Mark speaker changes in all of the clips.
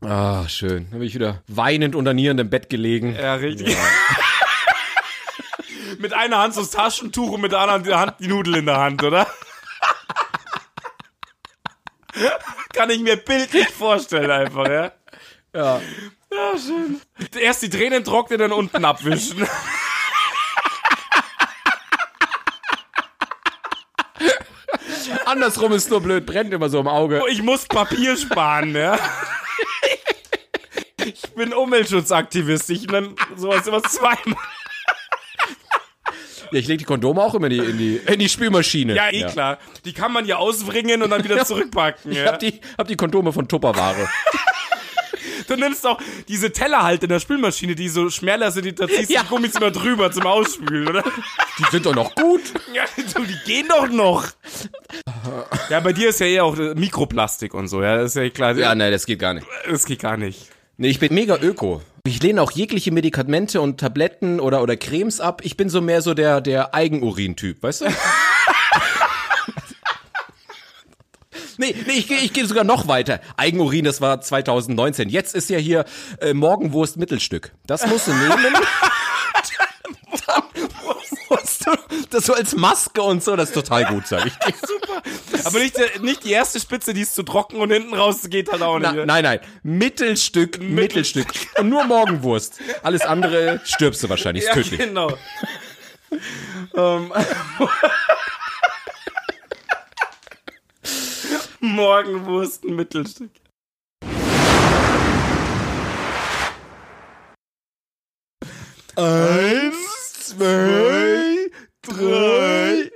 Speaker 1: Ah, schön. Dann bin ich wieder weinend und nierend im Bett gelegen.
Speaker 2: Ja, richtig. mit einer Hand so das Taschentuch und mit der anderen die Hand die Nudel in der Hand, oder? Kann ich mir bildlich vorstellen einfach, ja?
Speaker 1: Ja.
Speaker 2: Ja, schön. Erst die Tränen trocknen, dann unten abwischen.
Speaker 1: Andersrum ist nur blöd, brennt immer so im Auge.
Speaker 2: Ich muss Papier sparen, ja? Ich bin Umweltschutzaktivist. Ich nenne sowas immer zweimal.
Speaker 1: Ja, ich lege die Kondome auch immer in die, in die, in die Spülmaschine.
Speaker 2: Ja, eh klar. Die kann man ja auswringen und dann wieder zurückpacken.
Speaker 1: Ich
Speaker 2: Ja?
Speaker 1: hab die, hab die Kondome von Tupperware.
Speaker 2: Du nimmst auch diese Teller halt in der Spülmaschine, die so schmäler sind, die, da ziehst du
Speaker 1: Ja.
Speaker 2: die Gummis immer drüber zum Ausspülen, oder?
Speaker 1: Die sind doch noch gut.
Speaker 2: Ja, du, die gehen doch noch. Ja, bei dir ist ja eh auch äh, Mikroplastik und so, ja, das ist ja klar.
Speaker 1: Ja, nee, das geht gar nicht.
Speaker 2: Das geht gar nicht.
Speaker 1: Nee, ich bin mega öko. Ich lehne auch jegliche Medikamente und Tabletten oder, oder Cremes ab. Ich bin so mehr so der, der Eigenurin-Typ, weißt du? Nee, nee, ich gehe ich geh sogar noch weiter. Eigenurin, das war 2019. Jetzt ist ja hier äh, Morgenwurst Mittelstück. Das musst du nehmen. Dann musst du das so als Maske und so, das ist total gut, sag ich dir.
Speaker 2: Aber nicht, der- nicht die erste Spitze, die ist zu trocken und hinten raus geht halt auch nicht.
Speaker 1: Na, nein, nein. Mittelstück, Mittelstück. Und nur Morgenwurst. Alles andere stirbst du wahrscheinlich. Ist
Speaker 2: ja,
Speaker 1: tödlich.
Speaker 2: genau. Ähm, Morgenwurst ein Mittelstück.
Speaker 1: Eins, zwei, drei.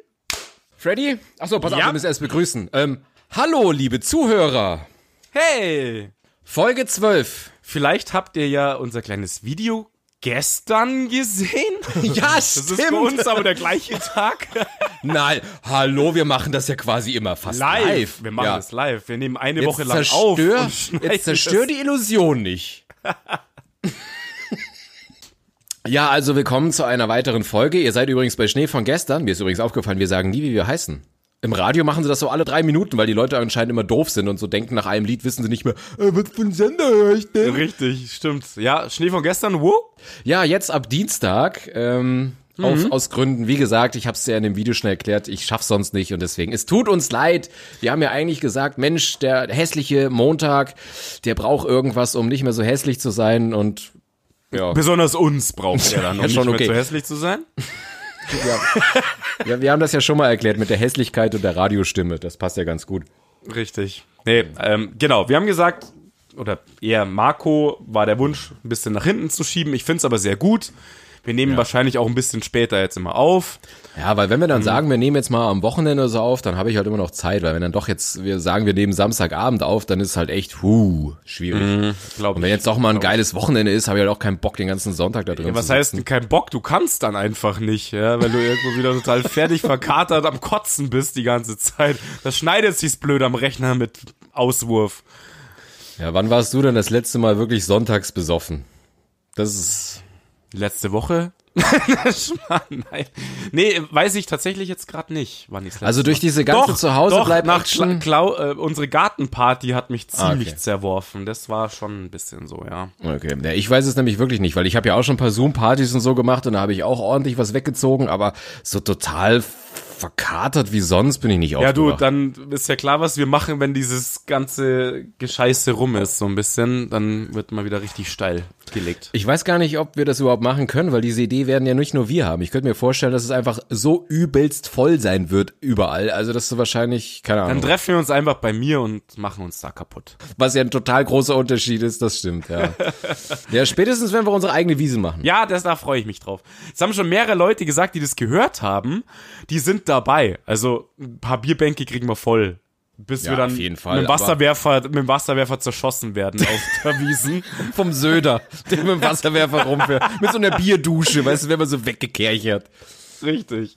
Speaker 1: Freddy? Achso, pass auf,
Speaker 2: Ja?
Speaker 1: wir müssen erst begrüßen. Ähm, hallo, liebe Zuhörer.
Speaker 2: Hey!
Speaker 1: Folge 12.
Speaker 2: Vielleicht habt ihr ja unser kleines Video gestern gesehen.
Speaker 1: Ja,
Speaker 2: Das ist bei uns aber der gleiche Tag.
Speaker 1: Nein, hallo, wir machen das ja quasi immer fast live.
Speaker 2: Wir machen
Speaker 1: ja.
Speaker 2: das live. Wir nehmen eine
Speaker 1: Jetzt
Speaker 2: Woche lang auf.
Speaker 1: zerstör,
Speaker 2: und schneiden
Speaker 1: Jetzt zerstör
Speaker 2: das.
Speaker 1: die Illusion nicht. ja, also willkommen zu einer weiteren Folge. Ihr seid übrigens bei Schnee von gestern. Mir ist übrigens aufgefallen, wir sagen nie, wie wir heißen. Im Radio machen sie das so alle drei Minuten, weil die Leute anscheinend immer doof sind und so denken, nach einem Lied wissen sie nicht mehr, äh, was für ein Sender höre ich denn?
Speaker 2: Richtig, stimmt. Ja, Schnee von gestern, wo?
Speaker 1: Ja, jetzt ab Dienstag, ähm, auf, aus Gründen, wie gesagt, ich habe es ja in dem Video schnell erklärt, ich schaff's sonst nicht und deswegen, es tut uns leid. Wir haben ja eigentlich gesagt, Mensch, der hässliche Montag, der braucht irgendwas, um nicht mehr so hässlich zu sein und ja,
Speaker 2: Besonders uns braucht er dann, um
Speaker 1: Ja, schon
Speaker 2: nicht
Speaker 1: okay.
Speaker 2: mehr zu hässlich zu sein.
Speaker 1: ja, wir haben das ja schon mal erklärt mit der Hässlichkeit und der Radiostimme, das passt ja ganz gut.
Speaker 2: Richtig. Nee, ähm, genau. Wir haben gesagt, oder eher Marco war der Wunsch, ein bisschen nach hinten zu schieben. Ich finde es aber sehr gut. Wir nehmen wahrscheinlich auch ein bisschen später jetzt immer auf.
Speaker 1: Ja, weil wenn wir dann sagen, wir nehmen jetzt mal am Wochenende so auf, dann habe ich halt immer noch Zeit, weil wenn dann doch jetzt, wir sagen, wir nehmen Samstagabend auf, dann ist halt echt, huh, schwierig.
Speaker 2: Glaub
Speaker 1: Und wenn
Speaker 2: ich.
Speaker 1: jetzt doch mal ein geiles Wochenende ist, habe ich halt auch keinen Bock, den ganzen Sonntag da drin
Speaker 2: Ja,
Speaker 1: zu
Speaker 2: was
Speaker 1: sitzen.
Speaker 2: heißt denn kein Bock? Du kannst dann einfach nicht, ja, weil du irgendwo wieder total fertig verkatert am Kotzen bist die ganze Zeit. Das schneidet sich's blöd am Rechner mit Auswurf.
Speaker 1: Ja, wann warst du denn das letzte Mal wirklich sonntags besoffen? Das ist.
Speaker 2: Letzte Woche? Mann, nein. Nee, weiß ich tatsächlich jetzt gerade nicht, wann ich's
Speaker 1: Also durch diese ganze
Speaker 2: doch,
Speaker 1: zuhause
Speaker 2: doch,
Speaker 1: bleib
Speaker 2: nach
Speaker 1: action
Speaker 2: Klau äh, unsere Gartenparty hat mich
Speaker 1: Ah,
Speaker 2: ziemlich
Speaker 1: okay.
Speaker 2: zerworfen. Das war schon ein bisschen so, ja.
Speaker 1: Okay, ja, ich weiß es nämlich wirklich nicht, weil ich habe ja auch schon ein paar Zoom-Partys und so gemacht und da habe ich auch ordentlich was weggezogen, aber so total verkatert wie sonst bin ich nicht
Speaker 2: Ja, du,
Speaker 1: aufgewacht.
Speaker 2: dann ist ja klar, was wir machen, wenn dieses ganze Gescheiße rum ist, so ein bisschen. Dann wird mal wieder richtig steil gelegt.
Speaker 1: Ich weiß gar nicht, ob wir das überhaupt machen können, weil diese Idee werden ja nicht nur wir haben. Ich könnte mir vorstellen, dass es einfach so übelst voll sein wird überall. Also dass du wahrscheinlich, keine
Speaker 2: Dann
Speaker 1: Ahnung,
Speaker 2: treffen wir uns einfach bei mir und machen uns da kaputt.
Speaker 1: was ja ein total großer Unterschied ist, das stimmt, ja. ja, spätestens wenn wir unsere eigene Wiese machen.
Speaker 2: Ja, das, da freue ich mich drauf. Es haben schon mehrere Leute gesagt, die das gehört haben. Die sind dabei. Also ein paar Bierbänke kriegen wir voll. Bis
Speaker 1: Ja,
Speaker 2: wir dann
Speaker 1: auf jeden Fall,
Speaker 2: mit, dem
Speaker 1: aber-
Speaker 2: Wasserwerfer, mit dem Wasserwerfer zerschossen werden auf der Wiesen.
Speaker 1: vom Söder, der mit dem Wasserwerfer rumfährt. Mit so einer Bierdusche, weißt du, wenn man so weggekerchert.
Speaker 2: Richtig.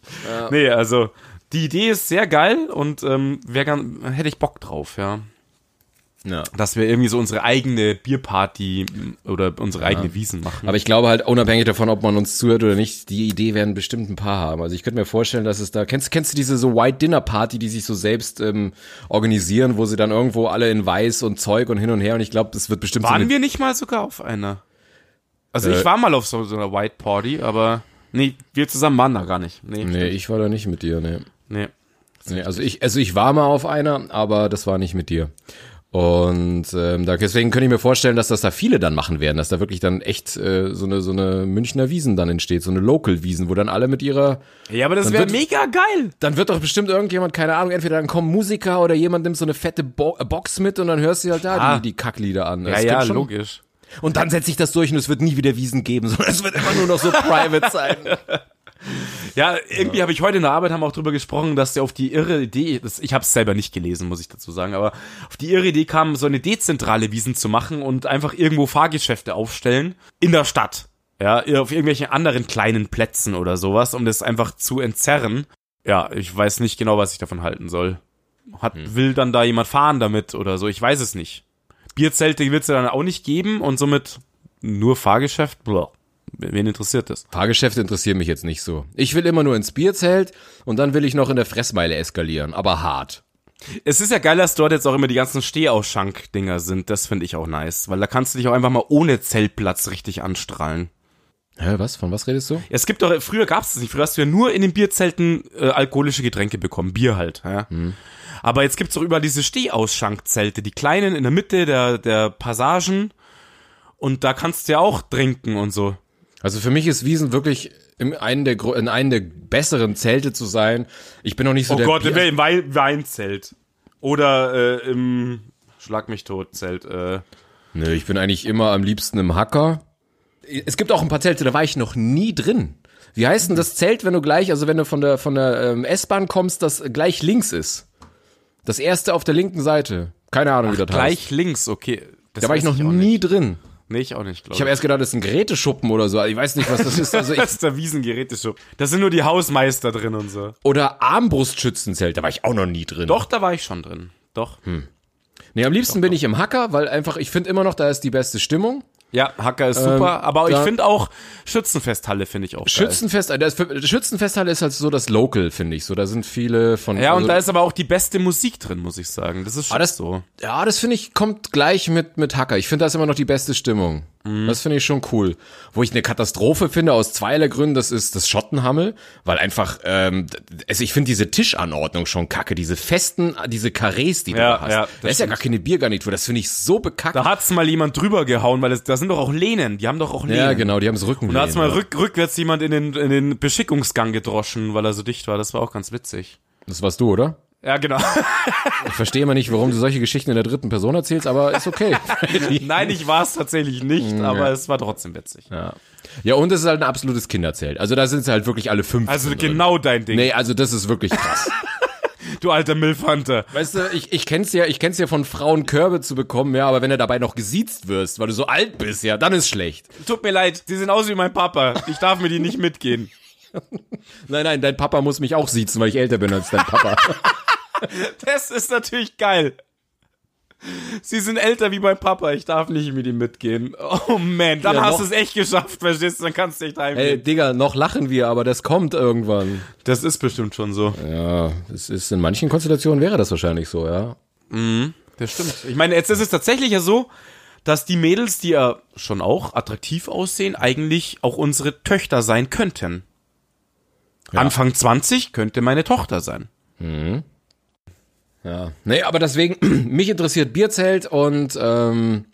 Speaker 2: Nee, also die Idee ist sehr geil und ähm, wär gern, hätte ich Bock drauf, ja.
Speaker 1: Ja.
Speaker 2: dass wir irgendwie so unsere eigene Bierparty oder unsere eigene Wiesen machen.
Speaker 1: Aber ich glaube halt, unabhängig davon, ob man uns zuhört oder nicht, die Idee werden bestimmt ein paar haben. Also ich könnte mir vorstellen, dass es da, kennst, kennst du diese so White Dinner Party, die sich so selbst ähm, organisieren, wo sie dann irgendwo alle in weiß und Zeug und hin und her und ich glaube, das wird bestimmt so
Speaker 2: Waren
Speaker 1: eine,
Speaker 2: wir nicht mal sogar auf einer? Also
Speaker 1: Äh.
Speaker 2: ich war mal auf so, so einer White Party, aber nee, wir zusammen waren da gar nicht. Nee,
Speaker 1: Nee, ich war da nicht mit dir, nee.
Speaker 2: nee.
Speaker 1: Nee, also ich, also ich war mal auf einer, aber das war nicht mit dir. Und ähm, da, deswegen könnte ich mir vorstellen, dass das da viele dann machen werden, dass da wirklich dann echt äh, so eine so eine Münchner Wiesen dann entsteht, so eine Local Wiesen, wo dann alle mit ihrer
Speaker 2: Ja, aber das
Speaker 1: Dann
Speaker 2: wäre
Speaker 1: wird-
Speaker 2: mega geil.
Speaker 1: dann wird doch bestimmt irgendjemand, keine Ahnung, entweder dann kommen Musiker oder jemand nimmt so eine fette Bo äh, Box mit und dann hörst du halt da
Speaker 2: Ah.
Speaker 1: die, die Kacklieder an.
Speaker 2: Ja,
Speaker 1: Das
Speaker 2: ja,
Speaker 1: klingt schon-
Speaker 2: logisch.
Speaker 1: Und dann setze ich das durch und es wird nie wieder Wiesen geben, sondern es wird immer nur noch so private sein.
Speaker 2: Ja, irgendwie habe ich heute in der Arbeit haben wir auch drüber gesprochen, dass der auf die irre Idee, das, ich habe es selber nicht gelesen, muss ich dazu sagen, aber auf die irre Idee kam, so eine dezentrale Wiesen zu machen und einfach irgendwo Fahrgeschäfte aufstellen in der Stadt. Ja, auf irgendwelchen anderen kleinen Plätzen oder sowas, um das einfach zu entzerren. Ja, ich weiß nicht genau, was ich davon halten soll. Hat, Will dann da jemand fahren damit oder so? Ich weiß es nicht. Bierzelte wird es ja dann auch nicht geben und somit nur Fahrgeschäft. Blah. Wen interessiert das?
Speaker 1: Fahrgeschäfte interessieren mich jetzt nicht so. Ich will immer nur ins Bierzelt und dann will ich noch in der Fressmeile eskalieren, aber hart.
Speaker 2: Es ist ja geil, dass dort jetzt auch immer die ganzen Stehausschank-Dinger sind. Das finde ich auch nice, weil da kannst du dich auch einfach mal ohne Zeltplatz richtig anstrahlen.
Speaker 1: Hä, was? Von was redest du?
Speaker 2: Es gibt doch, früher gab's das nicht. Früher hast du ja nur in den Bierzelten äh, alkoholische Getränke bekommen. Bier halt. Ja? Aber jetzt gibt's doch überall diese Stehausschank-Zelte, die kleinen in der Mitte der, der Passagen. Und da kannst du ja auch trinken und so.
Speaker 1: Also für mich ist Wiesen wirklich in einem der, gro- in einem der besseren Zelte zu sein. Ich bin noch
Speaker 2: Oh
Speaker 1: nicht so der Bier-
Speaker 2: im Wein Weinzelt. Oder äh, im Schlag mich tot Zelt. Äh.
Speaker 1: Nö, ich bin eigentlich immer am liebsten im Hacker. Es gibt auch ein paar Zelte, da war ich noch nie drin. Wie heißt denn das Zelt, wenn du gleich, also wenn du von der, von der ähm, S-Bahn kommst, das gleich links ist? Das erste auf der linken Seite. Keine Ahnung, wie das heißt.
Speaker 2: Gleich links, okay. Das
Speaker 1: Da war ich
Speaker 2: weiß
Speaker 1: noch
Speaker 2: auch
Speaker 1: nie drin.
Speaker 2: Nicht. Nee, ich auch nicht, glaube
Speaker 1: Ich habe erst gedacht, das ist ein Geräteschuppen oder so. Ich weiß nicht, was das ist. Also ich,
Speaker 2: Das ist der Wiesengeräteshop. Da sind nur die Hausmeister drin und so.
Speaker 1: oder Armbrustschützenzelt, da war ich auch noch nie drin.
Speaker 2: Doch, da war ich schon drin. Doch.
Speaker 1: Nee, am liebsten bin ich im Hacker, weil einfach, ich finde immer noch, da ist die beste Stimmung.
Speaker 2: Ja, Hacker ist super, aber ich
Speaker 1: da-
Speaker 2: finde auch Schützenfesthalle finde ich auch geil.
Speaker 1: Schützenfest, äh, das Schützenfesthalle ist halt so das Local, finde ich. So, da sind viele von.
Speaker 2: Ja, und
Speaker 1: also,
Speaker 2: da ist aber auch die beste Musik drin, muss ich sagen. Das ist schon
Speaker 1: Ah, das-
Speaker 2: so.
Speaker 1: Ja, das finde ich, kommt gleich mit, mit Hacker. Ich finde, das ist immer noch die beste Stimmung.
Speaker 2: Mhm.
Speaker 1: Das finde ich schon cool. Wo ich eine Katastrophe finde, aus zweierlei Gründen, das ist das Schottenhammel, weil einfach, ähm, d- also ich finde diese Tischanordnung schon kacke, diese festen, diese Karrees, die du
Speaker 2: Ja,
Speaker 1: da hast.
Speaker 2: ja,
Speaker 1: da
Speaker 2: das
Speaker 1: ist ja gar keine Biergarnitur, das finde ich so bekackt.
Speaker 2: Da hat's mal jemand drüber gehauen, weil es, da sind doch auch Lehnen. Die haben doch auch Lehnen.
Speaker 1: ja, genau, die haben es Rücken.
Speaker 2: Und da hat's mal rück, rückwärts jemand in den, in den Beschickungsgang gedroschen, weil er so dicht war. Das war auch ganz witzig.
Speaker 1: Das warst du, oder?
Speaker 2: Ja, genau.
Speaker 1: Ich verstehe immer nicht, warum du solche Geschichten in der dritten Person erzählst, aber ist okay.
Speaker 2: Nein, ich war's tatsächlich nicht, aber es war trotzdem witzig.
Speaker 1: ja. ja, und es ist halt ein absolutes Kinderzelt. Also da sind halt wirklich alle fünf.
Speaker 2: Also genau dein Ding,
Speaker 1: Nee, also das ist wirklich krass.
Speaker 2: du alter Milfhunter.
Speaker 1: Weißt du, ich, ich kenn's ja, ich kenn's ja von Frauen Körbe zu bekommen, ja, aber wenn du dabei noch gesiezt wirst, weil du so alt bist, ja, dann ist schlecht.
Speaker 2: Tut mir leid, die sehen aus wie mein Papa. Ich darf mir die nicht mitgehen.
Speaker 1: Nein, nein, dein Papa muss mich auch siezen, weil ich älter bin als dein Papa.
Speaker 2: Das ist natürlich geil. Sie sind älter wie mein Papa, ich darf nicht mit ihm mitgehen. Oh man, dann
Speaker 1: Ja, noch-
Speaker 2: hast du es echt geschafft, verstehst du? Dann kannst du echt
Speaker 1: Ey,
Speaker 2: heimgehen.
Speaker 1: Digga, noch lachen wir, aber das kommt irgendwann.
Speaker 2: Das ist bestimmt schon so.
Speaker 1: Ja, es ist in manchen Konstellationen wäre das wahrscheinlich so, ja.
Speaker 2: Das stimmt. Ich meine, jetzt ist es tatsächlich ja so, dass die Mädels, die ja schon auch attraktiv aussehen, eigentlich auch unsere Töchter sein könnten. Anfang 20 könnte meine Tochter sein.
Speaker 1: Ja. Nee, aber deswegen, mich interessiert Bierzelt und, ähm,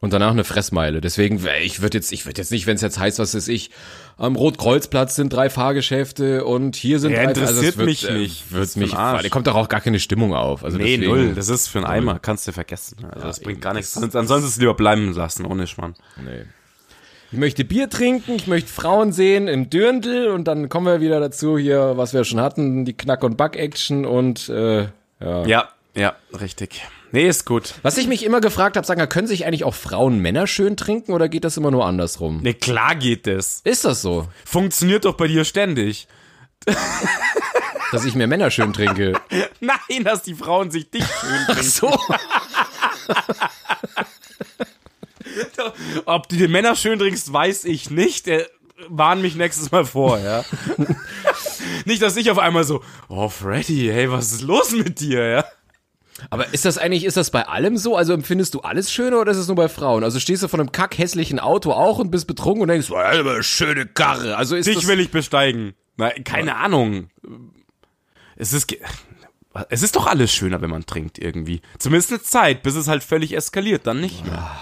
Speaker 1: und danach eine Fressmeile. Deswegen, wär- ich würde jetzt, ich würde jetzt nicht, wenn es jetzt heißt, was ist ich, am Rotkreuzplatz sind drei Fahrgeschäfte und hier sind
Speaker 2: Ja,
Speaker 1: drei.
Speaker 2: interessiert
Speaker 1: es wird,
Speaker 2: mich
Speaker 1: äh,
Speaker 2: nicht.
Speaker 1: Wird
Speaker 2: Ist für
Speaker 1: mich,
Speaker 2: den Arsch.
Speaker 1: da kommt doch auch gar keine Stimmung auf. Also
Speaker 2: Nee,
Speaker 1: deswegen,
Speaker 2: null. Das ist für einen Eimer. Kannst du vergessen. Also das bringt gar nichts. Sonst- Ansonsten lieber bleiben lassen, ohne Schmarrn.
Speaker 1: Nee. Ich möchte Bier trinken, ich möchte Frauen sehen im Dürndl und dann kommen wir wieder dazu hier, was wir schon hatten, die Knack- und Back-Action und äh,
Speaker 2: Ja, ja, richtig. Nee, ist gut.
Speaker 1: was ich mich immer gefragt habe, sagen wir, können sich eigentlich auch Frauen Männer schön trinken oder geht das immer nur andersrum?
Speaker 2: Nee, klar geht das.
Speaker 1: Ist das so?
Speaker 2: Funktioniert doch bei dir ständig.
Speaker 1: dass ich mir Männer schön trinke.
Speaker 2: Nein, dass die Frauen sich dich schön
Speaker 1: So.
Speaker 2: Ob du die Männer schön trinkst, weiß ich nicht. Äh, warn mich nächstes Mal vor, ja. nicht, dass ich auf einmal so, oh Freddy, hey, was ist los mit dir, ja?
Speaker 1: Aber ist das eigentlich, ist das bei allem so? Also empfindest du alles schöner oder ist es nur bei Frauen? Also stehst du von einem kackhässlichen Auto auch und bist betrunken und denkst, "Boah, aber schöne Karre. Also ist
Speaker 2: Dich
Speaker 1: das,
Speaker 2: will ich besteigen. Na, keine Ahnung. Es ist, ge- es ist doch alles schöner, wenn man trinkt irgendwie. Zumindest eine Zeit, bis es halt völlig eskaliert, dann nicht mehr.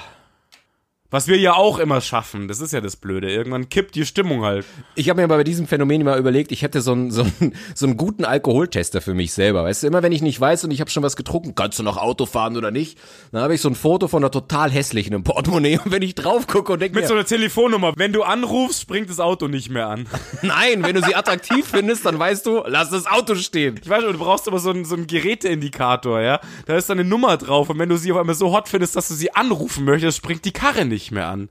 Speaker 2: Was wir ja auch immer schaffen, das ist ja das Blöde. Irgendwann kippt die Stimmung halt.
Speaker 1: Ich habe mir aber bei diesem Phänomen mal überlegt, ich hätte so einen, so, einen, so einen guten Alkoholtester für mich selber. Weißt du, immer wenn ich nicht weiß und ich habe schon was getrunken, kannst du noch Auto fahren oder nicht? Dann habe ich so ein Foto von einer total hässlichen im Portemonnaie und wenn ich drauf gucke und denke
Speaker 2: Mit
Speaker 1: mir,
Speaker 2: so einer Telefonnummer. Wenn du anrufst, springt das Auto nicht mehr an.
Speaker 1: nein, wenn du sie attraktiv findest, dann weißt du, lass das Auto stehen.
Speaker 2: Ich weiß schon, du brauchst aber so einen, so einen Geräteindikator, ja? Da ist dann eine Nummer drauf und wenn du sie auf einmal so hot findest, dass du sie anrufen möchtest, springt die Karre nicht mehr an. Und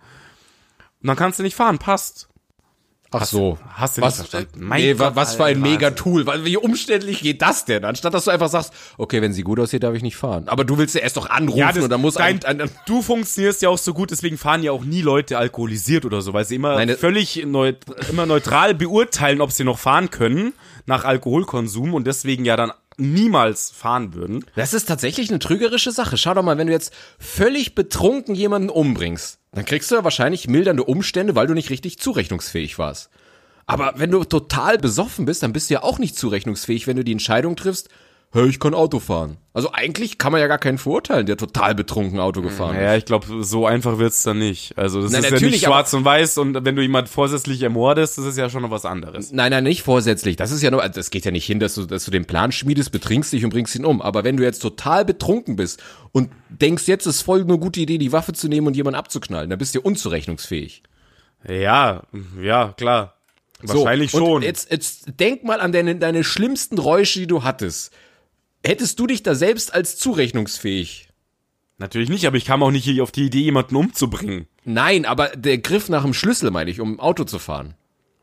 Speaker 2: dann kannst du nicht fahren, passt.
Speaker 1: Ach so.
Speaker 2: hast du nicht
Speaker 1: was,
Speaker 2: verstanden?
Speaker 1: äh,
Speaker 2: Mein
Speaker 1: nee, wa-
Speaker 2: Gott,
Speaker 1: was für ein
Speaker 2: Alter,
Speaker 1: mega Tool. Wa- Wie umständlich geht das denn? Anstatt dass du einfach sagst, okay, wenn sie gut aussieht, darf ich nicht fahren. Aber du willst ja erst doch anrufen und dann muss
Speaker 2: dein,
Speaker 1: ein, ein, ein
Speaker 2: du funktionierst ja auch so gut, deswegen fahren ja auch nie Leute alkoholisiert oder so, weil sie immer
Speaker 1: Nein, das-
Speaker 2: völlig neut, immer neutral beurteilen, ob sie noch fahren können nach Alkoholkonsum und deswegen ja dann niemals fahren würden.
Speaker 1: Das ist tatsächlich eine trügerische Sache. Schau doch mal, wenn du jetzt völlig betrunken jemanden umbringst, dann kriegst du ja wahrscheinlich mildernde Umstände, weil du nicht richtig zurechnungsfähig warst. Aber wenn du total besoffen bist, dann bist du ja auch nicht zurechnungsfähig, wenn du die Entscheidung triffst, hey, ich kann Auto fahren. Also eigentlich kann man ja gar keinen verurteilen, der total betrunken Auto gefahren ist.
Speaker 2: Ja, ich glaube, so einfach wird's dann nicht. Also das
Speaker 1: Na,
Speaker 2: ist ja
Speaker 1: natürlich,
Speaker 2: nicht
Speaker 1: aber-
Speaker 2: schwarz und weiß und wenn du jemand vorsätzlich ermordest, das ist ja schon noch was anderes.
Speaker 1: Nein, nein, nicht vorsätzlich. Das ist ja nur, das geht ja nicht hin, dass du, dass du den Plan schmiedest, betrinkst dich und bringst ihn um. Aber wenn du jetzt total betrunken bist und denkst, jetzt ist voll eine gute Idee, die Waffe zu nehmen und jemanden abzuknallen, dann bist du unzurechnungsfähig.
Speaker 2: Ja, ja, klar. Wahrscheinlich
Speaker 1: so,
Speaker 2: schon.
Speaker 1: Und jetzt, jetzt denk mal an deine, deine schlimmsten Räusche, die du hattest. Hättest du dich da selbst als zurechnungsfähig?
Speaker 2: Natürlich nicht, aber ich kam auch nicht hier auf die Idee, jemanden umzubringen.
Speaker 1: Nein, aber der Griff nach dem Schlüssel, meine ich, um Auto zu fahren.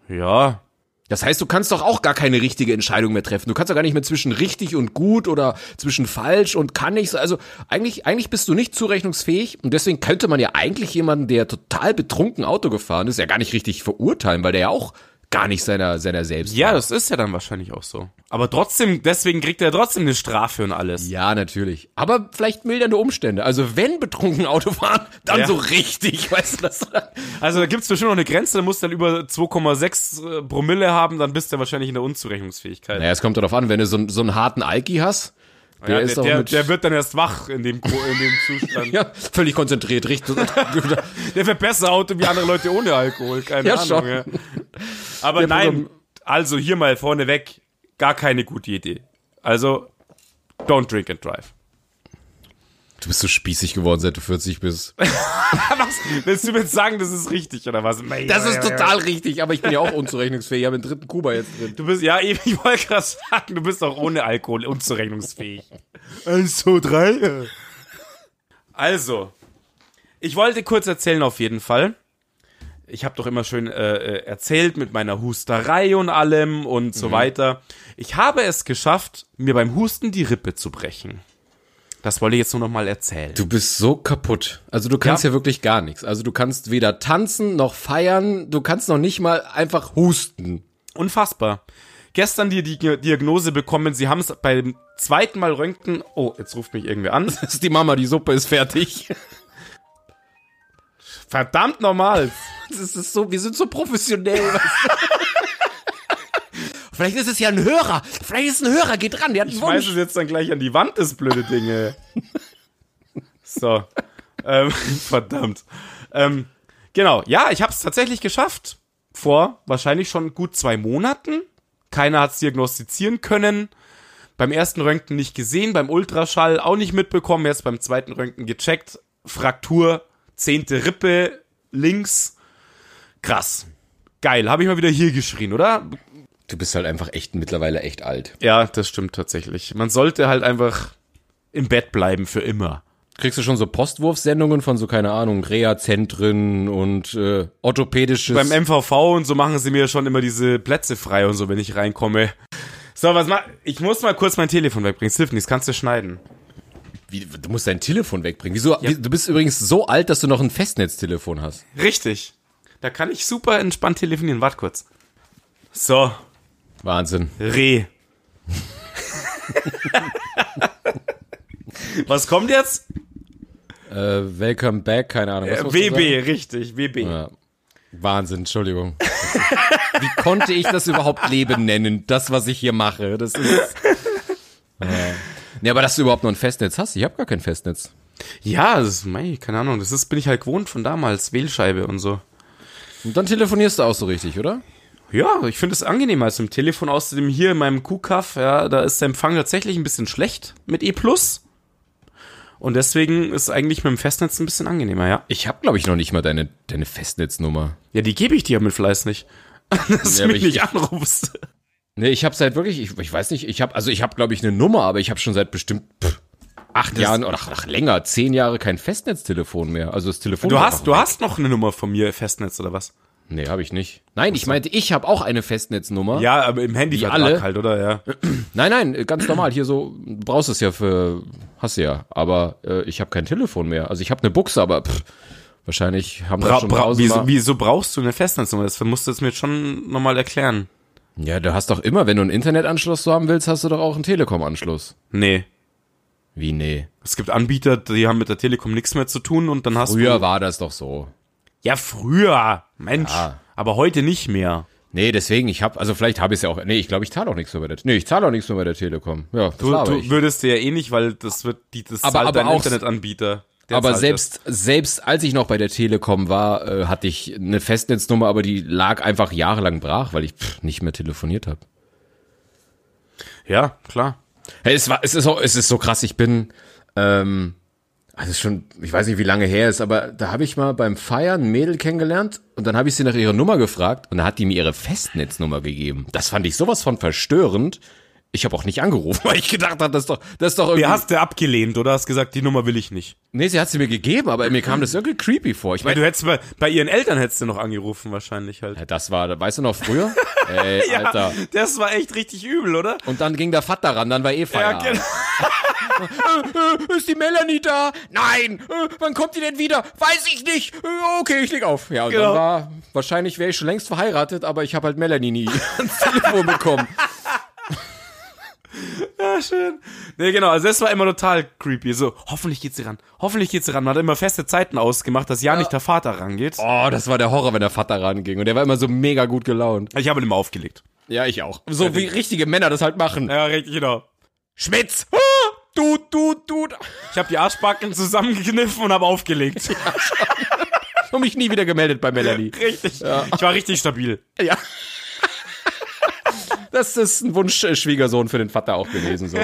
Speaker 2: Ja.
Speaker 1: Das heißt, du kannst doch auch gar keine richtige Entscheidung mehr treffen. Du kannst doch gar nicht mehr zwischen richtig und gut oder zwischen falsch und kann nicht. Also eigentlich, eigentlich bist du nicht zurechnungsfähig und deswegen könnte man ja eigentlich jemanden, der total betrunken Auto gefahren ist, ja gar nicht richtig verurteilen, weil der ja auch gar nicht seiner, seiner selbst
Speaker 2: Ja,
Speaker 1: war.
Speaker 2: das ist ja dann wahrscheinlich auch so. Aber trotzdem, deswegen kriegt er trotzdem eine Strafe und alles.
Speaker 1: Ja, natürlich. Aber vielleicht mildernde Umstände. Also wenn betrunken Auto fahren, dann
Speaker 2: Ja.
Speaker 1: so richtig, weißt du das? dann-
Speaker 2: Also da gibt's bestimmt noch eine Grenze, da musst du dann über 2,6 äh, Promille haben, dann bist du wahrscheinlich in der Unzurechnungsfähigkeit.
Speaker 1: Naja, es kommt darauf an, wenn du so, so einen harten Alki hast, der
Speaker 2: Ja,
Speaker 1: ist
Speaker 2: der,
Speaker 1: auch
Speaker 2: der,
Speaker 1: mit
Speaker 2: der wird dann erst wach in dem, Ko- in dem Zustand.
Speaker 1: ja, völlig konzentriert, richtig.
Speaker 2: Der wird besser Auto wie andere Leute ohne Alkohol, keine
Speaker 1: Ja,
Speaker 2: Ahnung.
Speaker 1: schon.
Speaker 2: Ja. Aber nein, also hier mal vorneweg, gar keine gute Idee. Also, don't drink and drive.
Speaker 1: du bist so spießig geworden, seit du 40 bist.
Speaker 2: Was? Willst du mir jetzt sagen, das ist richtig oder was?
Speaker 1: Das ist total richtig, aber ich bin ja auch unzurechnungsfähig. Ich habe den dritten Kuba jetzt drin.
Speaker 2: Du bist, ja, ich wollte gerade sagen, du bist auch ohne Alkohol unzurechnungsfähig. Eins, zwei, drei. Also, ich wollte kurz erzählen auf jeden Fall. Ich habe doch immer schön äh, äh, erzählt mit meiner Husterei und allem und so weiter. Ich habe es geschafft, mir beim Husten die Rippe zu brechen. Das wollte ich jetzt nur noch mal erzählen.
Speaker 1: Du bist so kaputt. Also du kannst ja.
Speaker 2: Ja.
Speaker 1: wirklich gar nichts. Also du kannst weder tanzen noch feiern. Du kannst noch nicht mal einfach husten.
Speaker 2: Unfassbar. Gestern die, die Diagnose bekommen, sie haben es beim zweiten Mal Röntgen. Oh, jetzt ruft mich irgendwer an.
Speaker 1: Das ist die Mama, die Suppe ist fertig.
Speaker 2: Verdammt normal.
Speaker 1: Es ist so, wir sind so professionell. Vielleicht ist es ja ein Hörer. Vielleicht ist es ein Hörer. Geht ran. Der hat einen
Speaker 2: schmeiß es jetzt dann gleich an die Wand, das blöde Ding. ey. so. Ähm, verdammt. Ähm, genau, ja, ich habe es tatsächlich geschafft. Vor wahrscheinlich schon gut zwei Monaten. Keiner hat es diagnostizieren können. Beim ersten Röntgen nicht gesehen, beim Ultraschall auch nicht mitbekommen. Jetzt beim zweiten Röntgen gecheckt. Fraktur, zehnte Rippe, links. Krass. Geil, habe ich mal wieder hier geschrien, oder?
Speaker 1: Du bist halt einfach echt mittlerweile echt alt.
Speaker 2: Ja, das stimmt tatsächlich. Man sollte halt einfach im Bett bleiben für immer.
Speaker 1: Kriegst du schon so Postwurfsendungen von so, keine Ahnung, Reha-Zentren und äh, orthopädisches.
Speaker 2: Beim MVV und so machen sie mir schon immer diese Plätze frei und so, wenn ich reinkomme. So, was mach ich? muss mal kurz mein Telefon wegbringen. Es hilft nichts, kannst du schneiden.
Speaker 1: Wie, du musst dein Telefon wegbringen. Wieso? Wie, du bist übrigens so alt, dass du noch ein Festnetztelefon hast.
Speaker 2: Richtig. Da kann ich super entspannt telefonieren. Warte kurz. So,
Speaker 1: Wahnsinn.
Speaker 2: Reh. Was kommt jetzt?
Speaker 1: Äh, welcome back, keine Ahnung. Was
Speaker 2: Äh,
Speaker 1: wolltest du sagen?
Speaker 2: WB, richtig, WB.
Speaker 1: Ja. Wahnsinn, Entschuldigung. Wie konnte ich das überhaupt Leben nennen? Das, was ich hier mache, das ist. Ja. Nee, aber dass du überhaupt noch ein Festnetz hast, ich habe gar kein Festnetz.
Speaker 2: Ja, das ist, mei, keine Ahnung, das ist, bin ich halt gewohnt von damals, Wählscheibe und so.
Speaker 1: Und dann telefonierst du auch so richtig, oder?
Speaker 2: Ja, ich finde es angenehmer als im Telefon. Außerdem hier in meinem Kuhkaff, ja, da ist der Empfang tatsächlich ein bisschen schlecht mit E+. Und deswegen ist eigentlich mit dem Festnetz ein bisschen angenehmer, ja.
Speaker 1: Ich habe, glaube ich, noch nicht mal deine, deine Festnetznummer.
Speaker 2: Ja, die gebe ich dir mit Fleiß nicht. Dass
Speaker 1: Ja,
Speaker 2: du
Speaker 1: aber
Speaker 2: mich
Speaker 1: ich-
Speaker 2: nicht anrufst.
Speaker 1: Nee, ich habe seit wirklich, ich, ich weiß nicht, ich habe, also ich habe, glaube ich, eine Nummer, aber ich habe schon seit bestimmt pff, acht Jahren oder ach, ach, länger, zehn Jahre kein Festnetztelefon mehr. Also das Telefon.
Speaker 2: Du
Speaker 1: war
Speaker 2: hast,
Speaker 1: einfach
Speaker 2: du hast noch eine Nummer von mir, Festnetz oder was?
Speaker 1: Nee, habe ich nicht. Nein, ich meinte, ich habe auch eine Festnetznummer.
Speaker 2: Ja, aber im Handy
Speaker 1: alle?
Speaker 2: halt, oder? Ja.
Speaker 1: Nein, nein, ganz normal. Hier so, du brauchst es ja für, hast du ja. Aber äh, ich habe kein Telefon mehr. Also ich habe eine Buchse, aber pff, wahrscheinlich haben
Speaker 2: Bra
Speaker 1: das schon
Speaker 2: bra
Speaker 1: tausendmal-
Speaker 2: wieso, wieso brauchst du eine Festnetznummer? Das musst du jetzt mir jetzt schon nochmal erklären.
Speaker 1: Ja, du hast doch immer, wenn du einen Internetanschluss so haben willst, hast du doch auch einen Telekom-Anschluss.
Speaker 2: Nee.
Speaker 1: Wie, nee.
Speaker 2: Es gibt Anbieter, die haben mit der Telekom nichts mehr zu tun und dann hast
Speaker 1: Früher
Speaker 2: du.
Speaker 1: war das doch so.
Speaker 2: Ja, früher. Mensch.
Speaker 1: Ja.
Speaker 2: Aber heute nicht mehr.
Speaker 1: Nee, deswegen, ich habe, also vielleicht habe ich es ja auch. Nee, ich glaube, ich zahle auch nichts mehr bei der Nee, ich zahle auch nichts mehr bei der Telekom. Ja, das
Speaker 2: Du,
Speaker 1: laber
Speaker 2: du
Speaker 1: ich.
Speaker 2: würdest dir ja eh nicht, weil das wird die, das
Speaker 1: Aber-
Speaker 2: zahlt
Speaker 1: aber
Speaker 2: dein
Speaker 1: auch-
Speaker 2: Internetanbieter. Der
Speaker 1: Aber
Speaker 2: zahlt
Speaker 1: selbst, selbst als ich noch bei der Telekom war, äh, hatte ich eine Festnetznummer, aber die lag einfach jahrelang brach, weil ich pff, nicht mehr telefoniert habe.
Speaker 2: das. Ja, klar.
Speaker 1: Hey, es war, es ist so, es ist so krass. Ich bin, ähm, also schon, ich weiß nicht, wie lange her ist, aber da habe ich mal beim Feiern ein Mädel kennengelernt und dann habe ich sie nach ihrer Nummer gefragt und da hat die mir ihre Festnetznummer gegeben. Das fand ich sowas von verstörend. Ich habe auch nicht angerufen, weil ich gedacht habe, das ist doch, das ist doch irgendwie.
Speaker 2: Ja, hast du abgelehnt oder hast gesagt, die Nummer will ich nicht?
Speaker 1: nee, sie hat sie mir gegeben, aber mir kam das irgendwie creepy vor. Ich
Speaker 2: Weil
Speaker 1: meine,
Speaker 2: du hättest bei, bei ihren Eltern hättest du noch angerufen wahrscheinlich halt.
Speaker 1: das war, weißt du noch früher? Ey, Alter.
Speaker 2: Das war echt richtig übel, oder?
Speaker 1: Und dann ging der Vater ran, dann war eh Feierabend.
Speaker 2: genau.
Speaker 1: Äh, ist die Melanie da? Nein! Äh, wann kommt die denn wieder? Weiß ich nicht! Äh, okay, ich leg auf. Ja, und
Speaker 2: Genau.
Speaker 1: dann war, wahrscheinlich wäre ich schon längst verheiratet, aber ich habe halt Melanie nie ans Telefon bekommen.
Speaker 2: Ja, schön. Nee, genau, also das war immer total creepy. So, hoffentlich geht sie ran. Hoffentlich geht sie ran. Man hat immer feste Zeiten ausgemacht, dass ja, nicht der Vater rangeht.
Speaker 1: Oh, das war der Horror, wenn der Vater ranging. Und der war immer so mega gut gelaunt.
Speaker 2: Ich habe ihn immer aufgelegt.
Speaker 1: Ja, ich auch. So wie richtige Männer das halt machen.
Speaker 2: Ja, richtig, genau.
Speaker 1: Schmitz! Ah, Dut, dut, dut.
Speaker 2: Ich habe die Arschbacken zusammengekniffen und habe aufgelegt.
Speaker 1: Und mich nie wieder gemeldet bei Melanie.
Speaker 2: Richtig. Ich war richtig stabil.
Speaker 1: Ja. Das ist ein Wunsch äh, Schwiegersohn für den Vater auch gewesen, so.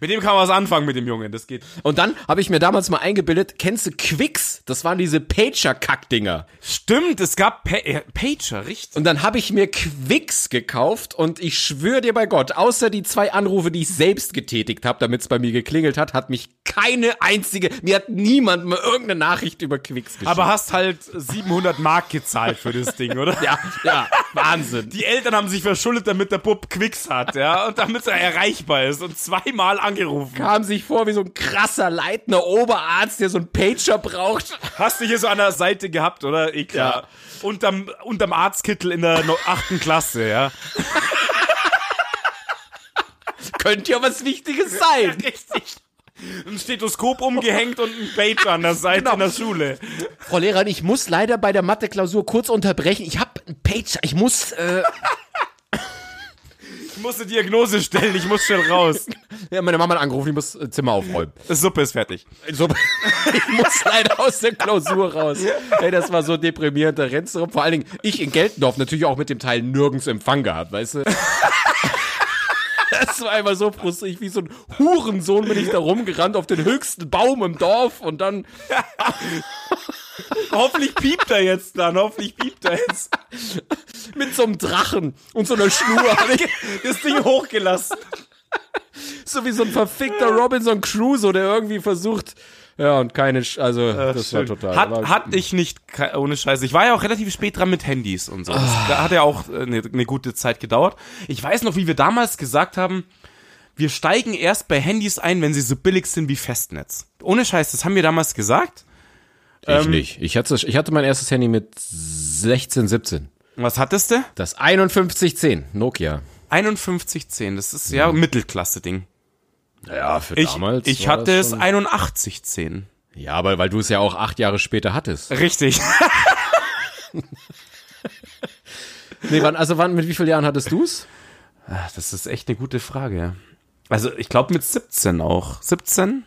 Speaker 2: Mit dem kann man was anfangen mit dem Jungen, das geht.
Speaker 1: Und dann habe ich mir damals mal eingebildet, kennst du Quicks? Das waren diese Pager-Kackdinger.
Speaker 2: Stimmt, es gab pa äh, Pager, richtig.
Speaker 1: Und dann habe ich mir Quicks gekauft und ich schwöre dir bei Gott, außer die zwei Anrufe, die ich selbst getätigt habe, damit es bei mir geklingelt hat, hat mich keine einzige, mir hat niemand mal irgendeine Nachricht über Quicks geschickt.
Speaker 2: Aber hast halt 700 Mark gezahlt für das Ding, oder?
Speaker 1: ja, ja, Wahnsinn.
Speaker 2: Die Eltern haben sich verschuldet, damit der Bub Quicks hat, ja, und damit er erreichbar ist und zweimal angerufen.
Speaker 1: kam sich vor wie so ein krasser leitender Oberarzt, der so einen Pager braucht.
Speaker 2: Hast du hier so an der Seite gehabt, oder? Eh klar.
Speaker 1: Ja.
Speaker 2: Unterm, unterm Arztkittel in der no- achten Klasse, ja.
Speaker 1: Könnte ja was Wichtiges sein.
Speaker 2: Richtig. Ein Stethoskop umgehängt und ein Pager an der Seite
Speaker 1: Genau.
Speaker 2: in der Schule.
Speaker 1: Frau Lehrerin, ich muss leider bei der Mathe-Klausur kurz unterbrechen. Ich habe einen Pager, ich muss... Äh
Speaker 2: Ich muss eine Diagnose stellen, ich muss schnell raus.
Speaker 1: Ja, meine Mama hat angerufen, ich muss äh, Zimmer aufräumen.
Speaker 2: Die Suppe ist fertig.
Speaker 1: So, ich muss leider aus der Klausur raus. Ey, das war so deprimierend. Da rennst du rum. Vor allen Dingen, ich in Geltendorf natürlich auch mit dem Teil nirgends Empfang gehabt, weißt du? Das war einfach so frustrierend. Wie so ein Hurensohn bin ich da rumgerannt auf den höchsten Baum im Dorf und dann,
Speaker 2: Hoffentlich piept er jetzt dann, hoffentlich piept er jetzt.
Speaker 1: mit so einem Drachen und so einer Schnur habe ich
Speaker 2: Das Ding hochgelassen.
Speaker 1: so wie so ein verfickter Robinson Crusoe, der irgendwie versucht. Ja, und keine, Sch also, das war total.
Speaker 2: Hat,
Speaker 1: aber-
Speaker 2: hat ich nicht, ke- ohne Scheiße. Ich war ja auch relativ spät dran mit Handys und so.
Speaker 1: Ah.
Speaker 2: äh, ne, Das, da hat ja auch eine, eine gute Zeit gedauert. Ich weiß noch, wie wir damals gesagt haben, wir steigen erst bei Handys ein, wenn sie so billig sind wie Festnetz. Ohne Scheiß, das haben wir damals gesagt.
Speaker 1: Ich
Speaker 2: ähm,
Speaker 1: nicht. Ich hatte, ich hatte mein erstes Handy mit 16, 17.
Speaker 2: Was hattest du?
Speaker 1: Das 5110 Nokia.
Speaker 2: 5110, das ist ja Mittelklasse-Ding.
Speaker 1: Naja, für
Speaker 2: Ich,
Speaker 1: Mhm. damals.
Speaker 2: ich
Speaker 1: war
Speaker 2: hatte
Speaker 1: das
Speaker 2: es
Speaker 1: schon-
Speaker 2: 8110.
Speaker 1: Ja, aber weil du es ja auch acht Jahre später hattest.
Speaker 2: Richtig.
Speaker 1: Nee, wann, also wann, mit wie vielen Jahren hattest du's?
Speaker 2: Ach, das ist echt eine gute Frage. Also ich glaube mit 17 auch. 17?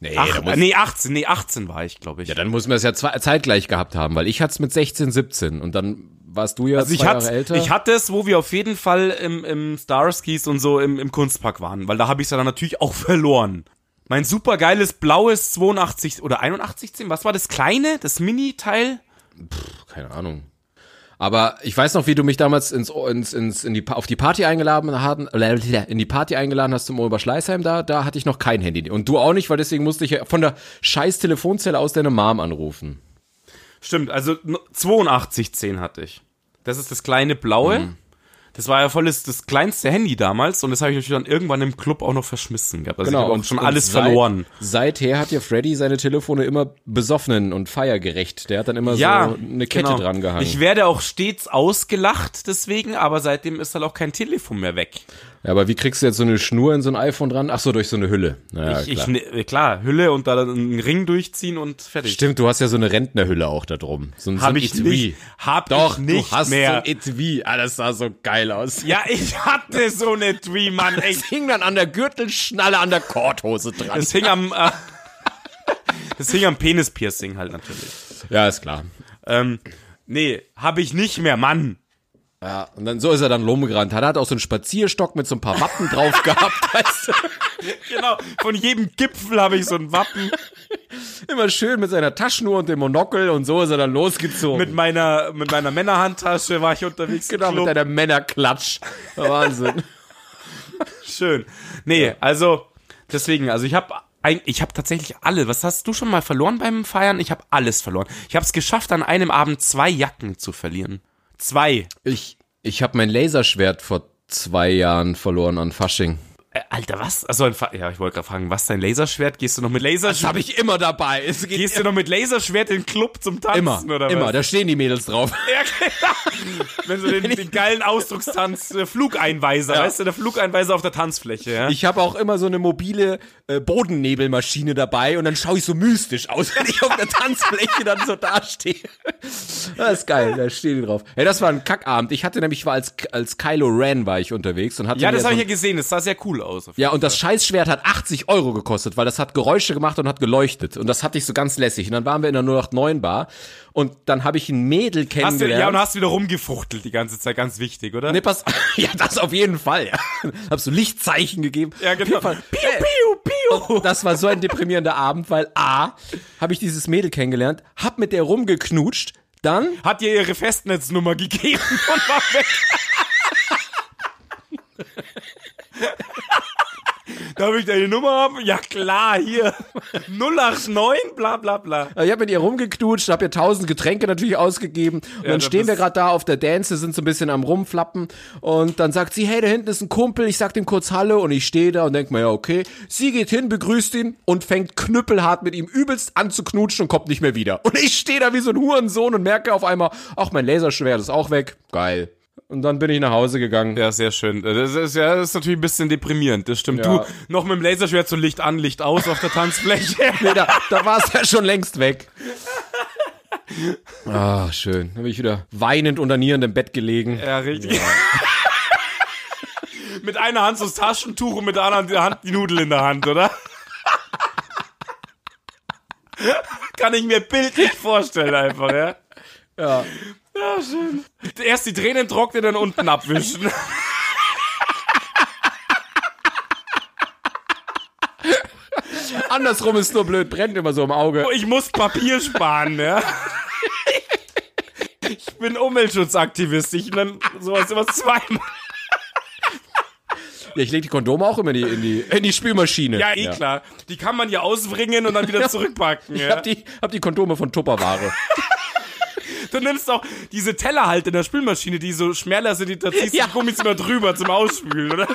Speaker 1: Nee,
Speaker 2: Ach,
Speaker 1: da muss-
Speaker 2: nee, 18, nee, 18 war ich, glaube ich.
Speaker 1: Ja, dann muss man es ja zwei, zeitgleich gehabt haben, weil ich hatte es mit 16, 17 und dann warst du ja
Speaker 2: also ich
Speaker 1: zwei Jahre
Speaker 2: hatte,
Speaker 1: älter.
Speaker 2: ich hatte es, wo wir auf jeden Fall im, im Starskis und so im, im Kunstpark waren, weil da habe ich es ja dann natürlich auch verloren. Mein supergeiles blaues 82 oder 81, zehn, was war das kleine, das Mini-Teil?
Speaker 1: Keine Ahnung. Aber ich weiß noch, wie du mich damals ins, ins, ins, in die, Pa- auf die Party eingeladen haben, in die Party eingeladen hast zum Ober Schleißheim da, da hatte ich noch kein Handy. Und du auch nicht, weil deswegen musste ich ja von der scheiß Telefonzelle aus deine Mom anrufen.
Speaker 2: Stimmt, also 8210 hatte ich. Das ist das kleine blaue.
Speaker 1: Mhm.
Speaker 2: Das war ja volles das kleinste Handy damals und das habe ich natürlich dann irgendwann im Club auch noch verschmissen gehabt. Also
Speaker 1: Genau,
Speaker 2: ich habe auch schon alles
Speaker 1: seit-
Speaker 2: verloren.
Speaker 1: Seither hat ja Freddy seine Telefone immer besoffenen und feiergerecht. Der hat dann immer so eine Kette
Speaker 2: genau.
Speaker 1: dran gehangen.
Speaker 2: Ich werde auch stets ausgelacht deswegen, aber seitdem ist halt auch kein Telefon mehr weg.
Speaker 1: ja, aber wie kriegst du jetzt so eine Schnur in so ein iPhone dran? Ach so, durch so eine Hülle. Naja, klar.
Speaker 2: ich, klar. Ich, ne- klar, Hülle und da dann einen Ring durchziehen und fertig.
Speaker 1: Stimmt, du hast ja so eine Rentnerhülle auch da drum. So, ein- so
Speaker 2: Hab
Speaker 1: ein
Speaker 2: ich
Speaker 1: Etui.
Speaker 2: nicht. Hab
Speaker 1: Doch,
Speaker 2: ich nicht
Speaker 1: du hast
Speaker 2: mehr.
Speaker 1: so ein Etui. Ah, das sah so geil aus.
Speaker 2: ja, ich hatte so eine Tree, Mann, ey.
Speaker 1: Es hing dann an der Gürtelschnalle, an der Korthose dran.
Speaker 2: Das hing am, äh, das hing am Penispiercing halt natürlich.
Speaker 1: ja, ist klar.
Speaker 2: Ähm, nee, habe ich nicht mehr, Mann.
Speaker 1: Ja, und dann so ist er dann rumgerannt. Hat- Er hat auch so einen Spazierstock mit so ein paar Wappen drauf gehabt. Weißt
Speaker 2: Genau, von jedem Gipfel habe ich so ein Wappen
Speaker 1: du? Immer schön mit seiner Taschenuhr und dem Monokel und so ist er dann losgezogen.
Speaker 2: mit meiner mit meiner Männerhandtasche war ich unterwegs. im
Speaker 1: genau, mit
Speaker 2: Club.
Speaker 1: deiner Männerklatsch. Wahnsinn.
Speaker 2: schön. Nee, also deswegen, also ich habe ich habe tatsächlich alle. Was hast du schon mal verloren beim Feiern? Ich habe alles verloren. Ich habe es geschafft, an einem Abend zwei Jacken zu verlieren. Zwei.
Speaker 1: Ich, ich habe mein Laserschwert vor zwei Jahren verloren an Fasching.
Speaker 2: Äh, Alter, was? Also ein Fa ja, ich wollte gerade fragen, was dein Laserschwert? Gehst du noch mit Laserschwert?
Speaker 1: Habe ich immer dabei. Es geht
Speaker 2: Gehst du noch mit Laserschwert in den Club zum Tanzen
Speaker 1: immer,
Speaker 2: oder was?
Speaker 1: immer. Da stehen die Mädels drauf.
Speaker 2: Ja, genau. Wenn so den, den geilen Ausdruckstanz, äh, Flugeinweiser, weißt du, der Flugeinweiser auf der Tanzfläche, ja?
Speaker 1: Ich habe auch immer so eine mobile äh, Bodennebelmaschine dabei und dann schaue ich so mystisch aus, wenn ich auf der Tanzfläche dann so dastehe. Das ist geil, da stehen die drauf. Hey, das war ein Kackabend. Ich hatte nämlich, ich war als, als Kylo Ren war ich unterwegs und hatte
Speaker 2: ja,
Speaker 1: mir
Speaker 2: das
Speaker 1: so
Speaker 2: habe ich ja
Speaker 1: ein-
Speaker 2: gesehen, das sah sehr cool aus.
Speaker 1: ja, und das Scheißschwert hat 80 Euro gekostet, weil das hat Geräusche gemacht und hat geleuchtet. Und das hatte ich so ganz lässig. Und dann waren wir in der 089 Bar und dann habe ich ein Mädel
Speaker 2: Hast du,
Speaker 1: kennengelernt.
Speaker 2: ja, und hast wieder rumgefuchtelt die ganze Zeit, ganz wichtig, oder?
Speaker 1: Nee, pass. Ja, das auf jeden Fall. Ja. Habst du Lichtzeichen gegeben?
Speaker 2: Ja, genau.
Speaker 1: Auf jeden Fall.
Speaker 2: Piu,
Speaker 1: Ey,
Speaker 2: piu, piu.
Speaker 1: Und das war so ein deprimierender Abend, weil A, habe ich dieses Mädel kennengelernt, hab mit der rumgeknutscht, dann
Speaker 2: Hat ihr ihre Festnetznummer gegeben und war weg. Darf ich deine Nummer haben? Ja klar, hier. 089, bla bla bla.
Speaker 1: äh, Ich habe mit ihr rumgeknutscht, habe ihr tausend Getränke natürlich ausgegeben. Und dann
Speaker 2: da
Speaker 1: stehen wir
Speaker 2: bist-
Speaker 1: gerade da auf der Dance, sind so ein bisschen am Rumflappen. Und dann sagt sie, hey, da hinten ist ein Kumpel. Ich sag dem kurz Hallo und ich stehe da und denk mir, ja, okay. Sie geht hin, begrüßt ihn und fängt knüppelhart mit ihm übelst an zu knutschen und kommt nicht mehr wieder. Und ich stehe da wie so ein Hurensohn und merke auf einmal, ach, mein Laserschwert ist auch weg. Geil. Und dann bin ich nach Hause gegangen.
Speaker 2: Ja, sehr schön. Äh, Das ist, ja, das ist natürlich ein bisschen deprimierend, das stimmt.
Speaker 1: Ja.
Speaker 2: Du noch mit dem Laserschwert so Licht an, Licht aus auf der Tanzfläche.
Speaker 1: Nee, da, da war es ja schon längst weg. Ah, schön. Dann bin ich wieder weinend und nierend im Bett gelegen.
Speaker 2: ja, richtig. mit einer Hand so das Taschentuch und mit der anderen Hand die Nudel in der Hand, oder? Kann ich mir bildlich vorstellen einfach, ja? Ja. Ja, schön. Erst die Tränen trocknen, dann unten abwischen.
Speaker 1: Andersrum ist nur blöd, brennt immer so im Auge.
Speaker 2: Ich muss Papier sparen, ja. Ich bin Umweltschutzaktivist. Ich nenne sowas immer zweimal.
Speaker 1: Ja, ich lege die Kondome auch immer in die, in die, in die Spülmaschine.
Speaker 2: Ja, eh klar. Die kann man ja auswringen und dann wieder zurückpacken.
Speaker 1: Ich
Speaker 2: Ja.
Speaker 1: hab die, hab die Kondome von Tupperware.
Speaker 2: Du nimmst auch diese Teller halt in der Spülmaschine, die so schmäler sind, die da ziehst ja. Gummis immer drüber zum Ausspülen, oder?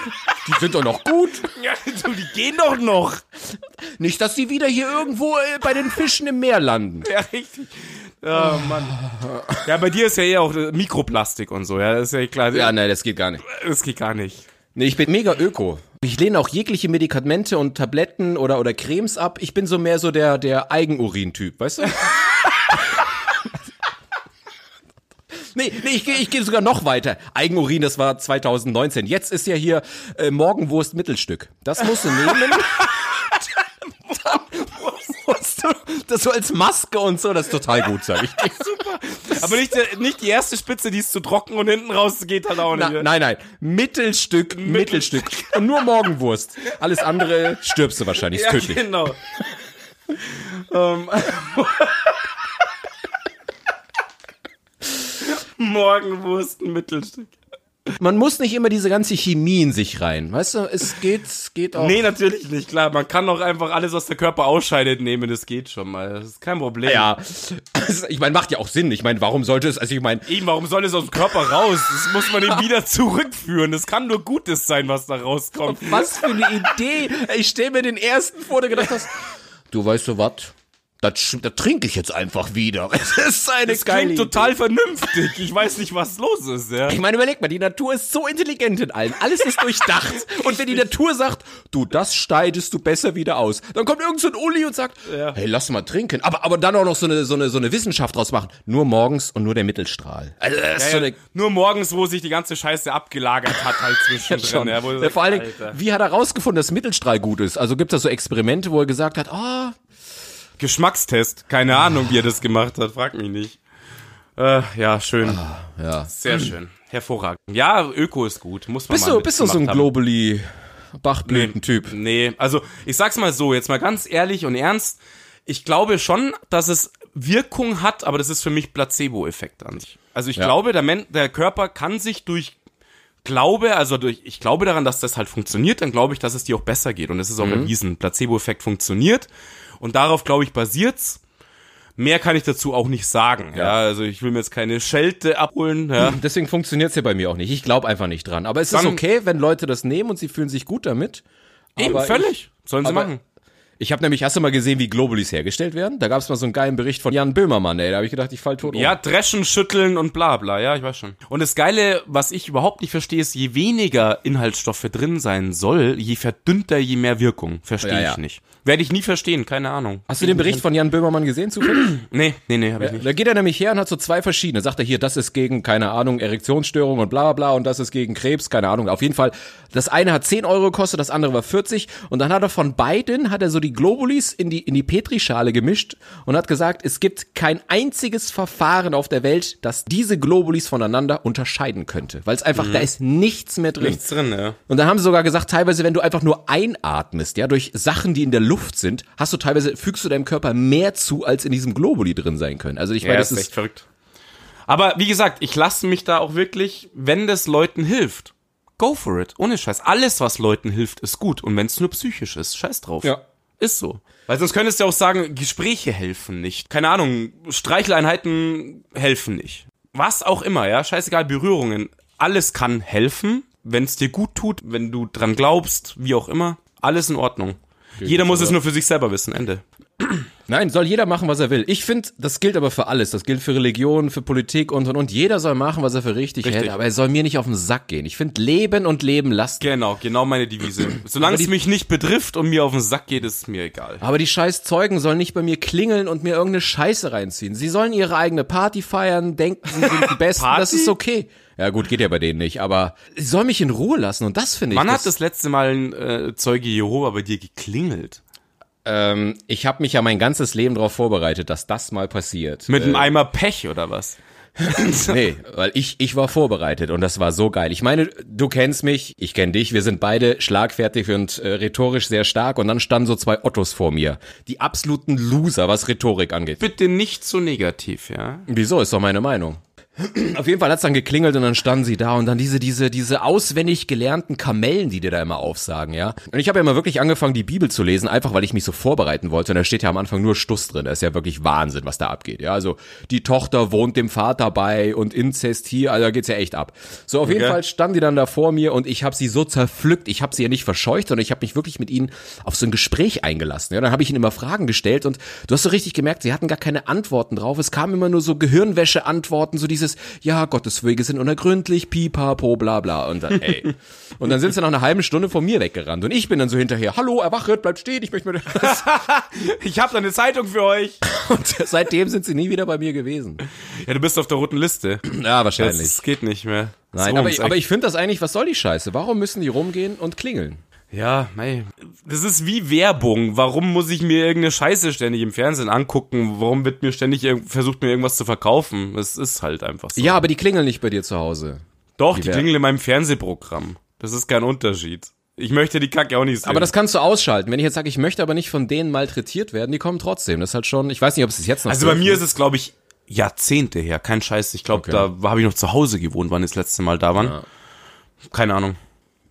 Speaker 1: Die sind doch noch gut.
Speaker 2: Ja, du, die gehen doch noch.
Speaker 1: Nicht, dass die wieder hier irgendwo äh, bei den Fischen im Meer landen.
Speaker 2: Ja, richtig. Oh Mann. Ja, bei dir ist ja eh auch äh, Mikroplastik und so, ja, das ist ja klar.
Speaker 1: Ja, nein, das geht gar nicht.
Speaker 2: Das geht gar nicht.
Speaker 1: Nee, ich bin mega öko. Ich lehne auch jegliche Medikamente und Tabletten oder, oder Cremes ab. Ich bin so mehr so der, der Eigenurin-Typ, weißt du? Nee, nee, ich gehe ich geh sogar noch weiter. Eigenurin, das war 2019. Jetzt ist ja hier äh, Morgenwurst Mittelstück. Das musst du nehmen. Dann musst du das so als Maske und so, das ist total gut, sag ich dir.
Speaker 2: Super. Aber nicht, der- nicht die erste Spitze, die ist zu trocken und hinten raus geht halt auch nicht.
Speaker 1: Na, nein, nein. Mittelstück, Mittelstück. Und nur Morgenwurst. Alles andere stirbst du wahrscheinlich. Ist
Speaker 2: ja,
Speaker 1: tödlich.
Speaker 2: genau. Ähm, Morgenwurst, ein Mittelstück.
Speaker 1: Man muss nicht immer diese ganze Chemie in sich rein. Weißt du, es geht, es geht auch.
Speaker 2: Nee, natürlich nicht, klar. Man kann auch einfach alles, was der Körper ausscheidet, nehmen. Das geht schon mal. Das ist kein Problem.
Speaker 1: Ja, ich meine, macht ja auch Sinn. Ich meine, warum sollte es, also ich meine,
Speaker 2: Eben, warum soll es aus dem Körper raus? Das muss man ihm wieder zurückführen. Das kann nur Gutes sein, was da rauskommt.
Speaker 1: Was für eine Idee. Ich stelle mir den ersten vor, der gedacht hast, du weißt du was? Das, sch- das trinke ich jetzt einfach wieder. Es ist eine
Speaker 2: Das
Speaker 1: geile
Speaker 2: klingt total vernünftig. Ich weiß nicht, was los ist, ja.
Speaker 1: Idee. Ich meine, überleg mal, die Natur ist so intelligent in allem. Alles ist durchdacht. und wenn die Natur sagt, du, das schneidest du besser wieder aus, dann kommt irgend so ein Uli und sagt,
Speaker 2: Ja.
Speaker 1: hey, lass mal trinken. Aber, aber dann auch noch so eine, so, eine, so eine Wissenschaft draus machen. Nur morgens und nur der Mittelstrahl. Also, das ist so
Speaker 2: Ja,
Speaker 1: eine
Speaker 2: ja. Äh, Nur morgens, wo sich die ganze Scheiße abgelagert hat, halt zwischendrin. ja, wo du
Speaker 1: Ja,
Speaker 2: sagst,
Speaker 1: vor allen Dingen,
Speaker 2: Alter.
Speaker 1: wie hat er rausgefunden, dass Mittelstrahl gut ist? Also gibt es da so Experimente, wo er gesagt hat, ah,
Speaker 2: Geschmackstest. Keine Ahnung, wie er das gemacht hat. Frag mich nicht. Äh, ja, schön.
Speaker 1: ja.
Speaker 2: Sehr schön. Hervorragend. Ja, Öko ist gut. Muss man
Speaker 1: Bist
Speaker 2: mal
Speaker 1: du, bist du so ein
Speaker 2: mitgemacht haben.
Speaker 1: globally Bachblütentyp?
Speaker 2: Nee, also ich sag's mal so, jetzt mal ganz ehrlich und ernst. Ich glaube schon, dass es Wirkung hat, aber das ist für mich Placebo-Effekt an sich. Also ich
Speaker 1: Ja.
Speaker 2: glaube, der, Men der Körper kann sich durch Glaube, also durch, ich glaube daran, dass das halt funktioniert, dann glaube ich, dass es dir auch besser geht. Und es ist auch
Speaker 1: Mhm.
Speaker 2: erwiesen. Placebo-Effekt funktioniert. Und darauf, glaube ich, basiert's. Mehr kann ich dazu auch nicht sagen. Ja,
Speaker 1: Ja.
Speaker 2: also ich will mir jetzt keine Schelte abholen. Ja.
Speaker 1: Deswegen funktioniert's ja bei mir auch nicht. Ich glaube einfach nicht dran. Aber es ist
Speaker 2: Dann-
Speaker 1: okay, wenn Leute das nehmen und sie fühlen sich gut damit.
Speaker 2: Eben,
Speaker 1: Aber
Speaker 2: völlig. Sollen sie
Speaker 1: aber-
Speaker 2: machen.
Speaker 1: Ich habe nämlich, hast du mal gesehen, wie Globulis hergestellt werden? Da gab's mal so einen geilen Bericht von Jan Böhmermann, ey. Da habe ich gedacht, ich fall tot um.
Speaker 2: Ja, dreschen, schütteln und bla bla, ja, ich weiß schon. Und das Geile, was ich überhaupt nicht verstehe, ist, je weniger Inhaltsstoffe drin sein soll, je verdünnter, je mehr Wirkung. Verstehe
Speaker 1: Ja, ja.
Speaker 2: ich nicht. Werde ich nie verstehen, keine Ahnung.
Speaker 1: Hast du den Bericht von Jan Böhmermann gesehen zufällig?
Speaker 2: Nee, nee, nee, habe ich nicht.
Speaker 1: da geht er nämlich her und hat so zwei verschiedene. Sagt er hier, das ist gegen, keine Ahnung, Erektionsstörung und bla bla und das ist gegen Krebs, keine Ahnung. Auf jeden Fall, das eine hat 10 Euro gekostet, das andere war 40. Und dann hat er von beiden, hat er so die Globulis in die, in die Petrischale gemischt und hat gesagt, es gibt kein einziges Verfahren auf der Welt, das diese Globulis voneinander unterscheiden könnte. Weil es einfach, da ist nichts mehr drin.
Speaker 2: Mhm. Nichts drin, ja.
Speaker 1: Und dann haben sie sogar gesagt, teilweise, wenn du einfach nur einatmest, ja, durch Sachen, die in der Luft sind, hast du teilweise, fügst du deinem Körper mehr zu, als in diesem Globuli drin sein können. Also ich meine, das ist,
Speaker 2: verrückt. Aber wie gesagt, ich lasse mich da auch wirklich, wenn das Leuten hilft, go for it. Ohne Scheiß. Alles, was Leuten hilft, ist gut. Und wenn es nur psychisch ist, scheiß drauf.
Speaker 1: Ja.
Speaker 2: Ist so. Weil sonst könntest du auch sagen, Gespräche helfen nicht. Keine Ahnung, Streicheleinheiten helfen nicht. Was auch immer, ja. Scheißegal, Berührungen. Alles kann helfen, wenn es dir gut tut, wenn du dran glaubst, wie auch immer. Alles in Ordnung. Jeder muss es nur für sich selber wissen. Ende.
Speaker 1: nein, soll jeder machen, was er will. Ich finde, das gilt aber für alles. Das gilt für Religion, für Politik und, und, und. Jeder soll machen, was er für richtig, hält, aber er soll mir nicht auf den Sack gehen. Ich finde, leben und leben lassen.
Speaker 2: Genau, genau meine Devise. Solange es mich nicht betrifft und mir auf den Sack geht, ist es mir egal.
Speaker 1: Aber die scheiß Zeugen sollen nicht bei mir klingeln und mir irgendeine Scheiße reinziehen. Sie sollen ihre eigene Party feiern, denken, sie sind die Besten, das
Speaker 2: Party?
Speaker 1: ist okay. Ja gut, geht ja bei denen nicht, aber sie sollen mich in Ruhe lassen und das finde ich.
Speaker 2: Wann hat das letzte Mal ein äh, Zeuge Jehova bei dir geklingelt?
Speaker 1: Ähm, ich habe mich ja mein ganzes Leben darauf vorbereitet, dass das mal passiert.
Speaker 2: Mit einem Eimer Pech oder was?
Speaker 1: Nee, weil ich, ich war vorbereitet und das war so geil. Ich meine, du kennst mich, ich kenne dich, wir sind beide schlagfertig und äh, rhetorisch sehr stark und dann standen so zwei Ottos vor mir. Die absoluten Loser, was Rhetorik angeht.
Speaker 2: Bitte nicht so negativ, ja?
Speaker 1: Wieso? Ist doch meine Meinung. Auf jeden Fall hat's dann geklingelt und dann standen sie da und dann diese, diese, diese auswendig gelernten Kamellen, die dir da immer aufsagen, ja. Und ich habe ja mal wirklich angefangen, die Bibel zu lesen, einfach weil ich mich so vorbereiten wollte. Und da steht ja am Anfang nur Stuss drin. Das ist ja wirklich Wahnsinn, was da abgeht. Ja, also die Tochter wohnt dem Vater bei und Inzest hier, also da geht's ja echt ab. So, auf jeden
Speaker 2: Okay.
Speaker 1: Fall standen die dann da vor mir und ich habe sie so zerpflückt. Ich habe sie ja nicht verscheucht, sondern ich habe mich wirklich mit ihnen auf so ein Gespräch eingelassen. Ja, dann habe ich ihnen immer Fragen gestellt und du hast so richtig gemerkt, sie hatten gar keine Antworten drauf. Es kamen immer nur so Gehirnwäsche-Antworten, so dieses, ja, Gottes Wege sind unergründlich, pipapo, bla bla. Und dann, ey. und dann sind sie nach einer halben Stunde von mir weggerannt. Und ich bin dann so hinterher, hallo, erwachet, bleibt stehen, ich möchte mir das.
Speaker 2: Ich habe da eine Zeitung für euch.
Speaker 1: Und seitdem sind sie nie wieder bei mir gewesen.
Speaker 2: Ja, du bist auf der roten Liste.
Speaker 1: Ja, wahrscheinlich.
Speaker 2: Das geht nicht mehr.
Speaker 1: Nein,
Speaker 2: So
Speaker 1: aber,
Speaker 2: ums
Speaker 1: ich- aber ich finde das eigentlich, was soll die Scheiße? Warum müssen die rumgehen und klingeln?
Speaker 2: Ja, mei. Das ist wie Werbung. Warum muss ich mir irgendeine Scheiße ständig im Fernsehen angucken? Warum wird mir ständig irg- versucht, mir irgendwas zu verkaufen? Es ist halt einfach so.
Speaker 1: Ja, aber die klingeln nicht bei dir zu Hause.
Speaker 2: Doch, die
Speaker 1: Wer-
Speaker 2: klingeln in meinem Fernsehprogramm. Das ist kein Unterschied. Ich möchte die Kacke auch nicht sehen.
Speaker 1: Aber das kannst du ausschalten. Wenn ich jetzt sage, ich möchte aber nicht von denen malträtiert werden, die kommen trotzdem. Das ist halt schon, ich weiß nicht, ob es jetzt noch
Speaker 2: also bei mir ist es, glaube ich, Jahrzehnte her. Kein Scheiß. Ich glaube, da habe ich noch zu Hause gewohnt, wann ich das letzte Mal da waren. Keine Ahnung.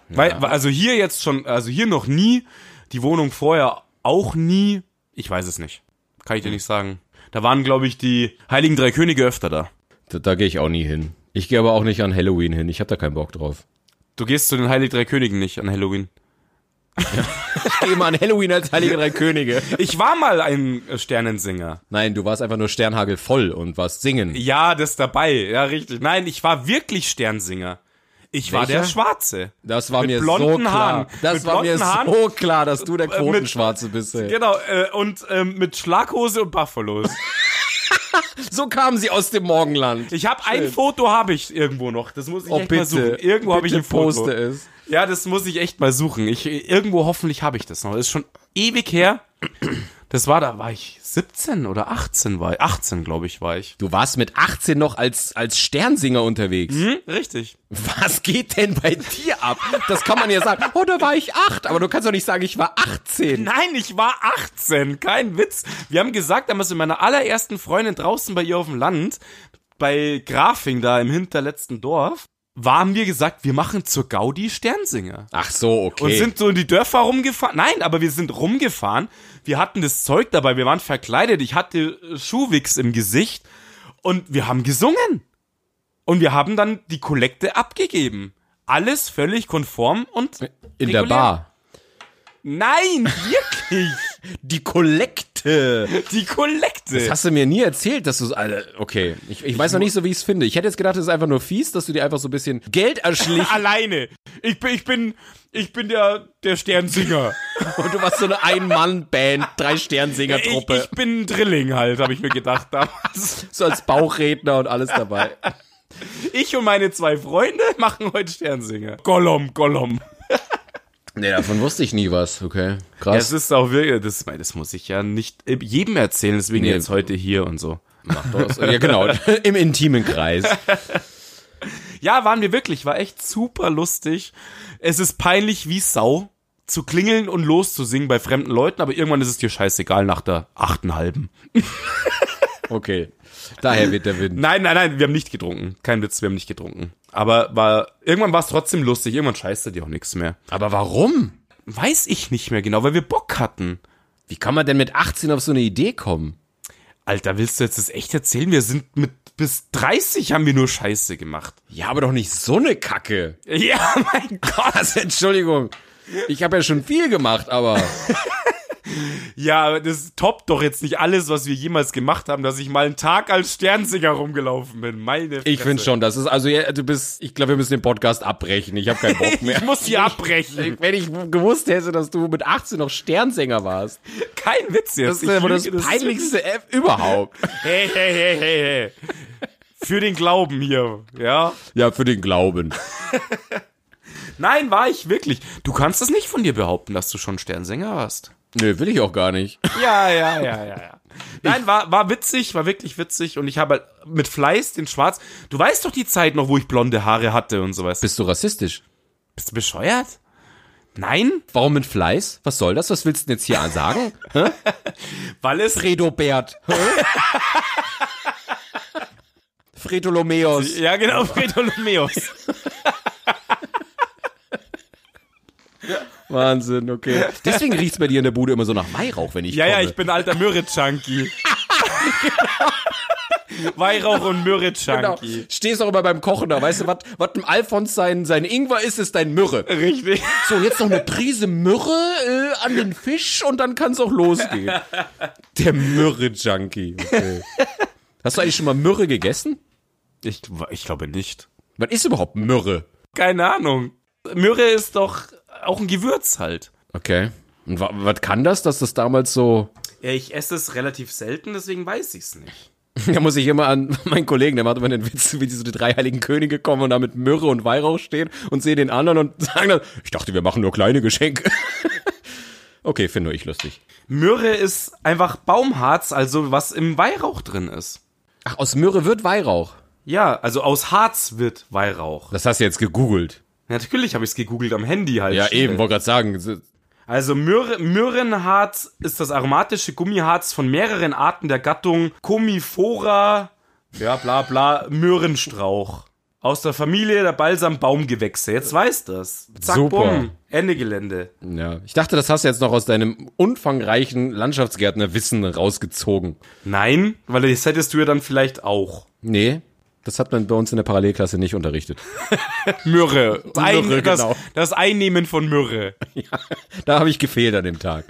Speaker 2: Weil, weil- also hier jetzt schon, also hier noch nie, die Wohnung vorher auch nie. Ich weiß es nicht. Kann
Speaker 1: Hm.
Speaker 2: ich dir nicht sagen. Da waren, glaube ich, die Heiligen Drei Könige öfter da.
Speaker 1: Da, da gehe ich auch nie hin. Ich gehe aber auch nicht an Halloween hin. Ich habe da keinen Bock drauf.
Speaker 2: Du gehst zu den Heiligen Drei Königen nicht an Halloween.
Speaker 1: Ich gehe immer an Halloween als Heilige Drei Könige.
Speaker 2: Ich war mal ein Sternensinger.
Speaker 1: Nein, du warst einfach nur Sternhagel voll und warst singen.
Speaker 2: Ja, das dabei. Ja, richtig. Nein, ich war wirklich Sternsinger. Ich war
Speaker 1: Welcher?
Speaker 2: der Schwarze.
Speaker 1: Das war mir so
Speaker 2: blonden
Speaker 1: klar.
Speaker 2: Haaren.
Speaker 1: Das
Speaker 2: Mit
Speaker 1: war mir
Speaker 2: blonden Haaren. Äh,
Speaker 1: so klar, dass du der Quotenschwarze bist. Ey.
Speaker 2: Genau, äh, und ähm, mit Schlaghose und Buffalos.
Speaker 1: So kamen sie aus dem Morgenland.
Speaker 2: Ich habe ein Foto habe ich irgendwo noch. Das muss ich
Speaker 1: oh
Speaker 2: echt mal suchen.
Speaker 1: bitte,
Speaker 2: Irgendwo habe ich
Speaker 1: bitte
Speaker 2: ein Foto.
Speaker 1: poste es.
Speaker 2: Ja, das muss ich echt mal suchen. Ich irgendwo hoffentlich habe ich das noch. Das ist schon ewig her. Das war da war ich 17 oder 18 war ich. 18 glaube ich war ich.
Speaker 1: Du warst mit 18 noch als als Sternsinger unterwegs.
Speaker 2: Hm? Richtig.
Speaker 1: Was geht denn bei dir ab? Das kann man ja sagen. Oh, da war ich acht, aber du kannst doch nicht sagen, ich war 18.
Speaker 2: Nein, ich war 18. Kein Witz. Wir haben gesagt, damals mit meiner allerersten Freundin draußen bei ihr auf dem Land, bei Grafing da im hinterletzten Dorf, waren wir gesagt, wir machen zur Gaudi Sternsinger.
Speaker 1: Ach so, okay.
Speaker 2: Und sind so in die Dörfer rumgefahren. Nein, aber wir sind rumgefahren. Wir hatten das Zeug dabei. Wir waren verkleidet. Ich hatte äh, Schuhwichs im Gesicht. Und wir haben gesungen. Und wir haben dann die Kollekte abgegeben. Alles völlig konform und.
Speaker 1: in der
Speaker 2: regulär.
Speaker 1: Bar.
Speaker 2: Nein, wirklich.
Speaker 1: Die Kollekte.
Speaker 2: die Kollekte.
Speaker 1: Das hast du mir nie erzählt, dass du alle. Okay, ich, ich weiß noch nicht so, wie ich es finde. Ich hätte jetzt gedacht, es ist einfach nur fies, dass du dir einfach so ein bisschen Geld erschlichen
Speaker 2: Alleine. Ich bin, ich bin, ich bin der, der Sternsinger.
Speaker 1: und du warst so eine Ein-Mann-Band,
Speaker 2: ich,
Speaker 1: Drei-Sternsinger-Truppe,
Speaker 2: ich bin ein Drilling halt, habe ich mir gedacht damals.
Speaker 1: so als Bauchredner und alles dabei.
Speaker 2: Ich und meine zwei Freunde machen heute Sternsinger. Gollum, Gollum.
Speaker 1: Nee, davon wusste ich nie was, okay. Krass.
Speaker 2: Das ist auch wirklich, das, das muss ich ja nicht äh, jedem erzählen, deswegen
Speaker 1: Nee.
Speaker 2: jetzt heute hier und so.
Speaker 1: ja, genau. Im intimen Kreis.
Speaker 2: Ja, waren wir wirklich, war echt super lustig. Es ist peinlich wie Sau zu klingeln und loszusingen bei fremden Leuten, aber irgendwann ist es dir scheißegal nach der achten halben.
Speaker 1: Okay. Daher wird der Wind.
Speaker 2: Nein, nein, nein, wir haben nicht getrunken. Kein Witz, wir haben nicht getrunken. Aber war, irgendwann war es trotzdem lustig, irgendwann scheißt er dir auch nichts mehr.
Speaker 1: Aber warum?
Speaker 2: Weiß ich nicht mehr genau, weil wir Bock hatten.
Speaker 1: Wie kann man denn mit 18 auf so eine Idee kommen?
Speaker 2: Alter, willst du jetzt das echt erzählen? Wir sind mit bis 30 haben wir nur Scheiße gemacht.
Speaker 1: Ja, aber doch nicht so eine Kacke.
Speaker 2: Ja, mein Gott.
Speaker 1: Also, Entschuldigung. Ich habe ja schon viel gemacht, aber
Speaker 2: Ja, aber das toppt doch jetzt nicht alles, was wir jemals gemacht haben, dass ich mal einen Tag als Sternsinger rumgelaufen bin. Meine
Speaker 1: ich
Speaker 2: Fresse.
Speaker 1: finde schon, das ist also ja, du bist, ich glaube, wir müssen den Podcast abbrechen. Ich habe keinen Bock mehr.
Speaker 2: Ich muss hier abbrechen.
Speaker 1: Wenn ich gewusst hätte, dass du mit 18 noch Sternsänger warst,
Speaker 2: Kein Witz
Speaker 1: das
Speaker 2: jetzt.
Speaker 1: ist ja
Speaker 2: Ich
Speaker 1: wohl das
Speaker 2: lüge,
Speaker 1: peinlichste F überhaupt.
Speaker 2: Hey, hey, hey, hey, hey. Für den Glauben hier, ja.
Speaker 1: Ja, für den Glauben.
Speaker 2: Nein, war ich wirklich. Du kannst es nicht von dir behaupten, dass du schon Sternsänger warst.
Speaker 1: Nö, will ich auch gar nicht.
Speaker 2: Ja, ja, ja, ja, ja. Nein, war, war witzig, war wirklich witzig und ich habe halt mit Fleiß den Schwarz. Du weißt doch die Zeit noch, wo ich blonde Haare hatte und sowas.
Speaker 1: Bist du rassistisch?
Speaker 2: Bist du bescheuert? Nein?
Speaker 1: Warum mit Fleiß? Was soll das? Was willst du denn jetzt hier sagen?
Speaker 2: Weil es
Speaker 1: Fredobert. Hä? Fretolomeos.
Speaker 2: Ja, genau, Fredolomeus.
Speaker 1: Wahnsinn, okay. Deswegen riecht's bei dir in der Bude immer so nach Weihrauch, wenn ich
Speaker 2: Ja,
Speaker 1: komme.
Speaker 2: ja, ich bin alter Mürre-Junkie. Weihrauch und
Speaker 1: Genau.
Speaker 2: Mürre-Junkie.
Speaker 1: Stehst auch immer beim Kochen da, weißt du, was was dem Alfons sein, sein Ingwer ist, ist dein Mürre.
Speaker 2: Genau. Richtig.
Speaker 1: So, jetzt noch eine Prise Mürre äh, an den Fisch und dann kann's auch losgehen. Der Mürre-Junkie. Okay. Hast du eigentlich schon mal Mürre gegessen?
Speaker 2: Ich, ich glaube nicht.
Speaker 1: Was ist überhaupt Mürre?
Speaker 2: Keine Ahnung. Mürre ist doch auch ein Gewürz halt.
Speaker 1: Okay. Und wa was kann das, dass das damals so.
Speaker 2: Ja, Äh, ich esse es relativ selten, deswegen weiß ich es nicht.
Speaker 1: Da muss ich immer an meinen Kollegen, der macht immer den Witz, wie diese drei heiligen Könige kommen und da mit Myrrhe und Weihrauch stehen und sehen den anderen und sagen dann, ich dachte, wir machen nur kleine Geschenke. Okay, finde nur ich lustig.
Speaker 2: Mürre ist einfach Baumharz, also was im Weihrauch drin ist.
Speaker 1: Ach, aus Myrrhe wird Weihrauch.
Speaker 2: Ja, also aus Harz wird Weihrauch.
Speaker 1: Das hast du jetzt gegoogelt.
Speaker 2: Natürlich habe ich es gegoogelt am Handy halt.
Speaker 1: Ja,
Speaker 2: schnell.
Speaker 1: eben, wollte gerade sagen.
Speaker 2: Also Myrrhe, Myrrenharz ist das aromatische Gummiharz von mehreren Arten der Gattung Comifora, ja bla bla, Möhrenstrauch. Aus der Familie der Balsam-Baumgewächse. Jetzt weiß das. Zack,
Speaker 1: Super.
Speaker 2: bumm. Ende Gelände.
Speaker 1: Ja, ich dachte, das hast du jetzt noch aus deinem umfangreichen Landschaftsgärtnerwissen rausgezogen.
Speaker 2: Nein, weil das hättest du ja dann vielleicht auch.
Speaker 1: Nee, das hat man bei uns in der Parallelklasse nicht unterrichtet.
Speaker 2: Myrrhe. Das, Ein,
Speaker 1: Myrrhe,
Speaker 2: das,
Speaker 1: genau.
Speaker 2: das Einnehmen von Myrrhe.
Speaker 1: Da habe ich gefehlt an dem Tag.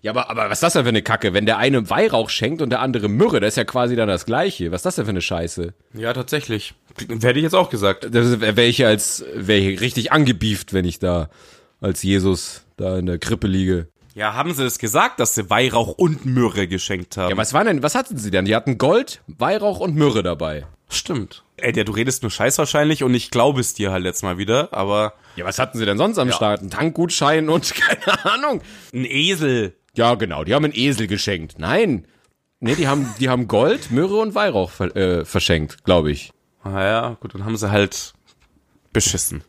Speaker 1: Ja, aber, aber was ist das denn für eine Kacke? Wenn der eine Weihrauch schenkt und der andere Myrrhe, das ist ja quasi dann das Gleiche. Was ist das denn für eine Scheiße?
Speaker 2: Ja, tatsächlich. Hätte ich jetzt auch gesagt.
Speaker 1: Das wäre ich ja als, wäre ich richtig angebieft, wenn ich da als Jesus da in der Krippe liege.
Speaker 2: Ja, haben sie das gesagt, dass sie Weihrauch und Myrrhe geschenkt haben?
Speaker 1: Ja, was waren denn, was hatten sie denn? Die hatten Gold, Weihrauch und Myrrhe dabei.
Speaker 2: Stimmt. Ey, der, du redest nur Scheiß wahrscheinlich und ich glaube es dir halt jetzt mal wieder, aber
Speaker 1: Ja, was hatten sie denn sonst am Start? Ein Tankgutschein und keine Ahnung.
Speaker 2: ein Esel.
Speaker 1: Ja, genau, die haben einen Esel geschenkt. Nein. Nee, die haben, die haben Gold, Myrrhe und Weihrauch ver äh, verschenkt, glaube ich.
Speaker 2: Ah ja, gut, dann haben sie halt beschissen.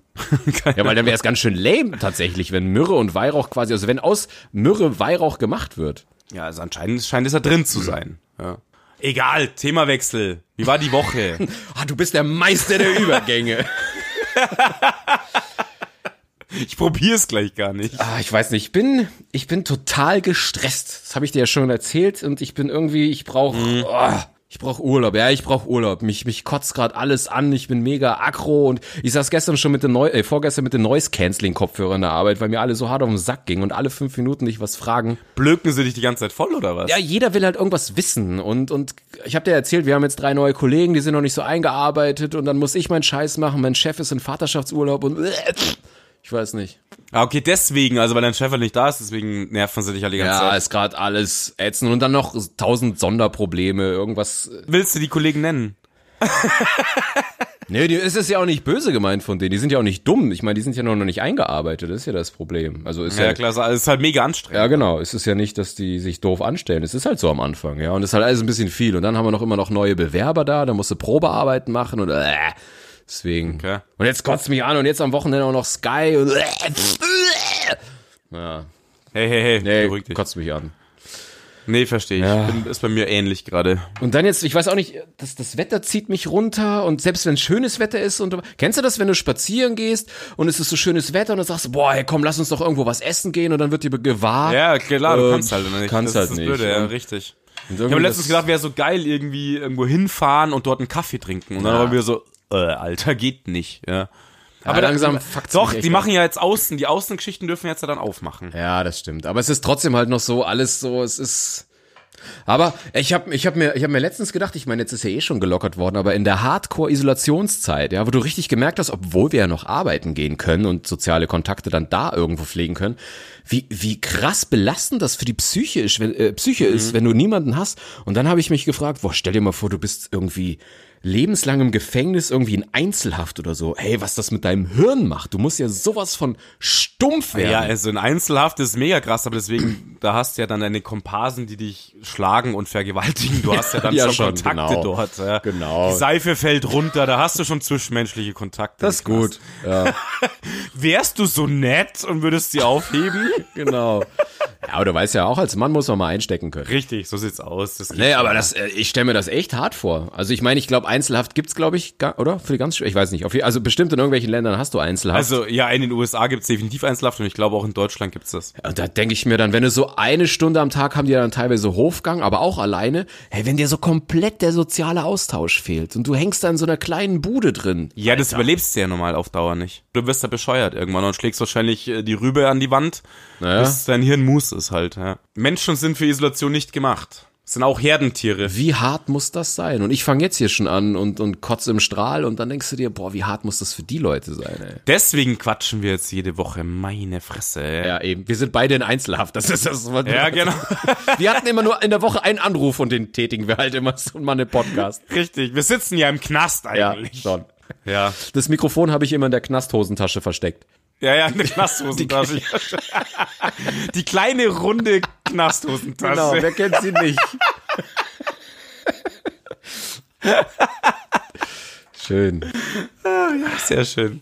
Speaker 2: Keine
Speaker 1: Ja, weil dann wäre es ganz schön lame tatsächlich, wenn Myrrhe und Weihrauch quasi, also wenn aus Myrrhe Weihrauch gemacht wird.
Speaker 2: ja, also anscheinend scheint es da drin zu sein. Ja. Egal, Themawechsel. Wie war die Woche?
Speaker 1: Ah, du bist der Meister der Übergänge.
Speaker 2: ich probier's gleich gar nicht.
Speaker 1: ah, ich weiß nicht, ich bin, ich bin total gestresst. Das habe ich dir ja schon erzählt und ich bin irgendwie, ich brauche, oh, ich brauche Urlaub. Ja, ich brauche Urlaub. Mich, mich kotzt gerade alles an. Ich bin mega aggro und ich saß gestern schon mit den Neu äh, vorgestern mit den Noise Canceling Kopfhörern in der Arbeit, weil mir alle so hart auf den Sack ging und alle fünf Minuten dich was fragen.
Speaker 2: Blöken sie dich die ganze Zeit voll oder was?
Speaker 1: ja, jeder will halt irgendwas wissen und und ich habe dir erzählt, wir haben jetzt drei neue Kollegen, die sind noch nicht so eingearbeitet und dann muss ich meinen Scheiß machen, mein Chef ist in Vaterschaftsurlaub und ich weiß nicht.
Speaker 2: Ah, okay, deswegen, also weil dein Chef halt nicht da ist, deswegen nerven sie dich halt die ganze
Speaker 1: Ja,
Speaker 2: Zeit.
Speaker 1: ist gerade alles ätzend und dann noch tausend Sonderprobleme, irgendwas.
Speaker 2: Willst du die Kollegen nennen?
Speaker 1: Nee, die, es ist ja auch nicht böse gemeint von denen, die sind ja auch nicht dumm. Ich meine, die sind ja noch nicht eingearbeitet, das ist ja das Problem. Also ist ja,
Speaker 2: Ja, klar, es ist halt mega anstrengend.
Speaker 1: Ja, genau. Es ist ja nicht, dass die sich doof anstellen. Es ist halt so am Anfang, ja. Und es ist halt alles ein bisschen viel. Und dann haben wir noch immer noch neue Bewerber da, da musst du Probearbeiten machen und äh, deswegen.
Speaker 2: Okay.
Speaker 1: Und jetzt kotzt mich an und jetzt am Wochenende auch noch Sky und äh, ja.
Speaker 2: Hey, hey, hey,
Speaker 1: Nee,
Speaker 2: beruhig dich.
Speaker 1: kotzt mich an.
Speaker 2: Nee, verstehe ich.
Speaker 1: Ja.
Speaker 2: Bin, ist bei mir ähnlich gerade.
Speaker 1: Und dann jetzt, ich weiß auch nicht, das, das Wetter zieht mich runter und selbst wenn schönes Wetter ist und kennst du das, wenn du spazieren gehst und es ist so schönes Wetter und du sagst, boah, hey, komm, lass uns doch irgendwo was essen gehen und dann wird dir gewahr.
Speaker 2: Ja, klar, du
Speaker 1: Äh,
Speaker 2: kannst halt nicht.
Speaker 1: kannst
Speaker 2: das
Speaker 1: halt
Speaker 2: ist das
Speaker 1: nicht.
Speaker 2: Blöde, ja,
Speaker 1: Und-
Speaker 2: richtig.
Speaker 1: Und
Speaker 2: Ich habe
Speaker 1: irgendwie
Speaker 2: letztens
Speaker 1: das-
Speaker 2: gedacht, wäre so geil, irgendwie irgendwo hinfahren und dort einen Kaffee trinken. Und dann
Speaker 1: Ja.
Speaker 2: waren wir so, äh, Alter, geht nicht. Ja.
Speaker 1: aber Ah, langsam
Speaker 2: dann,
Speaker 1: fuckt's
Speaker 2: Doch,
Speaker 1: mich echt ne?
Speaker 2: die
Speaker 1: ab.
Speaker 2: machen ja jetzt außen, die Außengeschichten dürfen jetzt ja dann aufmachen.
Speaker 1: Ja, das stimmt. Aber es ist trotzdem halt noch so alles so, es ist. Aber ich habe ich hab mir, ich hab mir letztens gedacht, ich meine, jetzt ist ja eh schon gelockert worden, aber in der Hardcore-Isolationszeit, ja, wo du richtig gemerkt hast, obwohl wir ja noch arbeiten gehen können und soziale Kontakte dann da irgendwo pflegen können, wie, wie krass belastend das für die Psyche ist, wenn, äh, Psyche ist, wenn du niemanden hast. Und dann habe ich mich gefragt, boah, stell dir mal vor, du bist irgendwie lebenslang im Gefängnis, irgendwie in Einzelhaft oder so. Hey, was das mit deinem Hirn macht. Du musst ja sowas von stumpf werden.
Speaker 2: Ja, also in Einzelhaft ist mega krass, aber deswegen, da hast du ja dann deine Komparsen, die dich schlagen und vergewaltigen. Du hast ja dann
Speaker 1: Ja,
Speaker 2: schon,
Speaker 1: schon,
Speaker 2: Kontakte
Speaker 1: genau.
Speaker 2: dort. Ja.
Speaker 1: Genau.
Speaker 2: Die Seife fällt runter, da hast du schon zwischenmenschliche Kontakte.
Speaker 1: Das ist gut.
Speaker 2: Wärst du so nett und würdest sie aufheben?
Speaker 1: Genau. Ja, aber du weißt ja, auch als Mann muss man mal einstecken können.
Speaker 2: Richtig, so sieht's aus. Das
Speaker 1: Nee, aber das, äh, ich stelle mir das echt hart vor. Also ich meine, ich glaube, Einzelhaft gibt's, glaube ich, gar, oder? Für die ganz, ich weiß nicht. Auf, je- also bestimmt in irgendwelchen Ländern hast du Einzelhaft.
Speaker 2: also, ja, in den USA gibt's definitiv Einzelhaft und ich glaube auch in Deutschland gibt's das.
Speaker 1: Und da denke ich mir dann, wenn du so eine Stunde am Tag haben die dann teilweise Hofgang, aber auch alleine, hey, wenn dir so komplett der soziale Austausch fehlt und du hängst da in so einer kleinen Bude drin.
Speaker 2: Ja, das überlebst du ja normal auf Dauer nicht. Du wirst da bescheuert irgendwann und schlägst wahrscheinlich äh, die Rübe an die Wand,
Speaker 1: Naja.
Speaker 2: bis dein Hirn Mus ist halt. Ja. Menschen sind für Isolation nicht gemacht. Sind auch Herdentiere.
Speaker 1: Wie hart muss das sein? Und ich fange jetzt hier schon an und, und kotze im Strahl und dann denkst du dir, boah, wie hart muss das für die Leute sein, ey.
Speaker 2: Deswegen quatschen wir jetzt jede Woche. Meine Fresse. ey.
Speaker 1: Ja, eben. Wir sind beide in Einzelhaft. Das ist das, was
Speaker 2: Ja, genau.
Speaker 1: Wir hatten immer nur in der Woche einen Anruf und den tätigen wir halt immer so mal einen Podcast.
Speaker 2: Richtig. Wir sitzen ja im Knast
Speaker 1: Ja,
Speaker 2: eigentlich.
Speaker 1: schon.
Speaker 2: Ja.
Speaker 1: Das Mikrofon habe ich immer in der Knasthosentasche versteckt.
Speaker 2: Ja, ja, eine Knasthosentasche. Die kleine runde Knasthosentasche.
Speaker 1: Genau, kennt sie nicht? Schön.
Speaker 2: Sehr schön.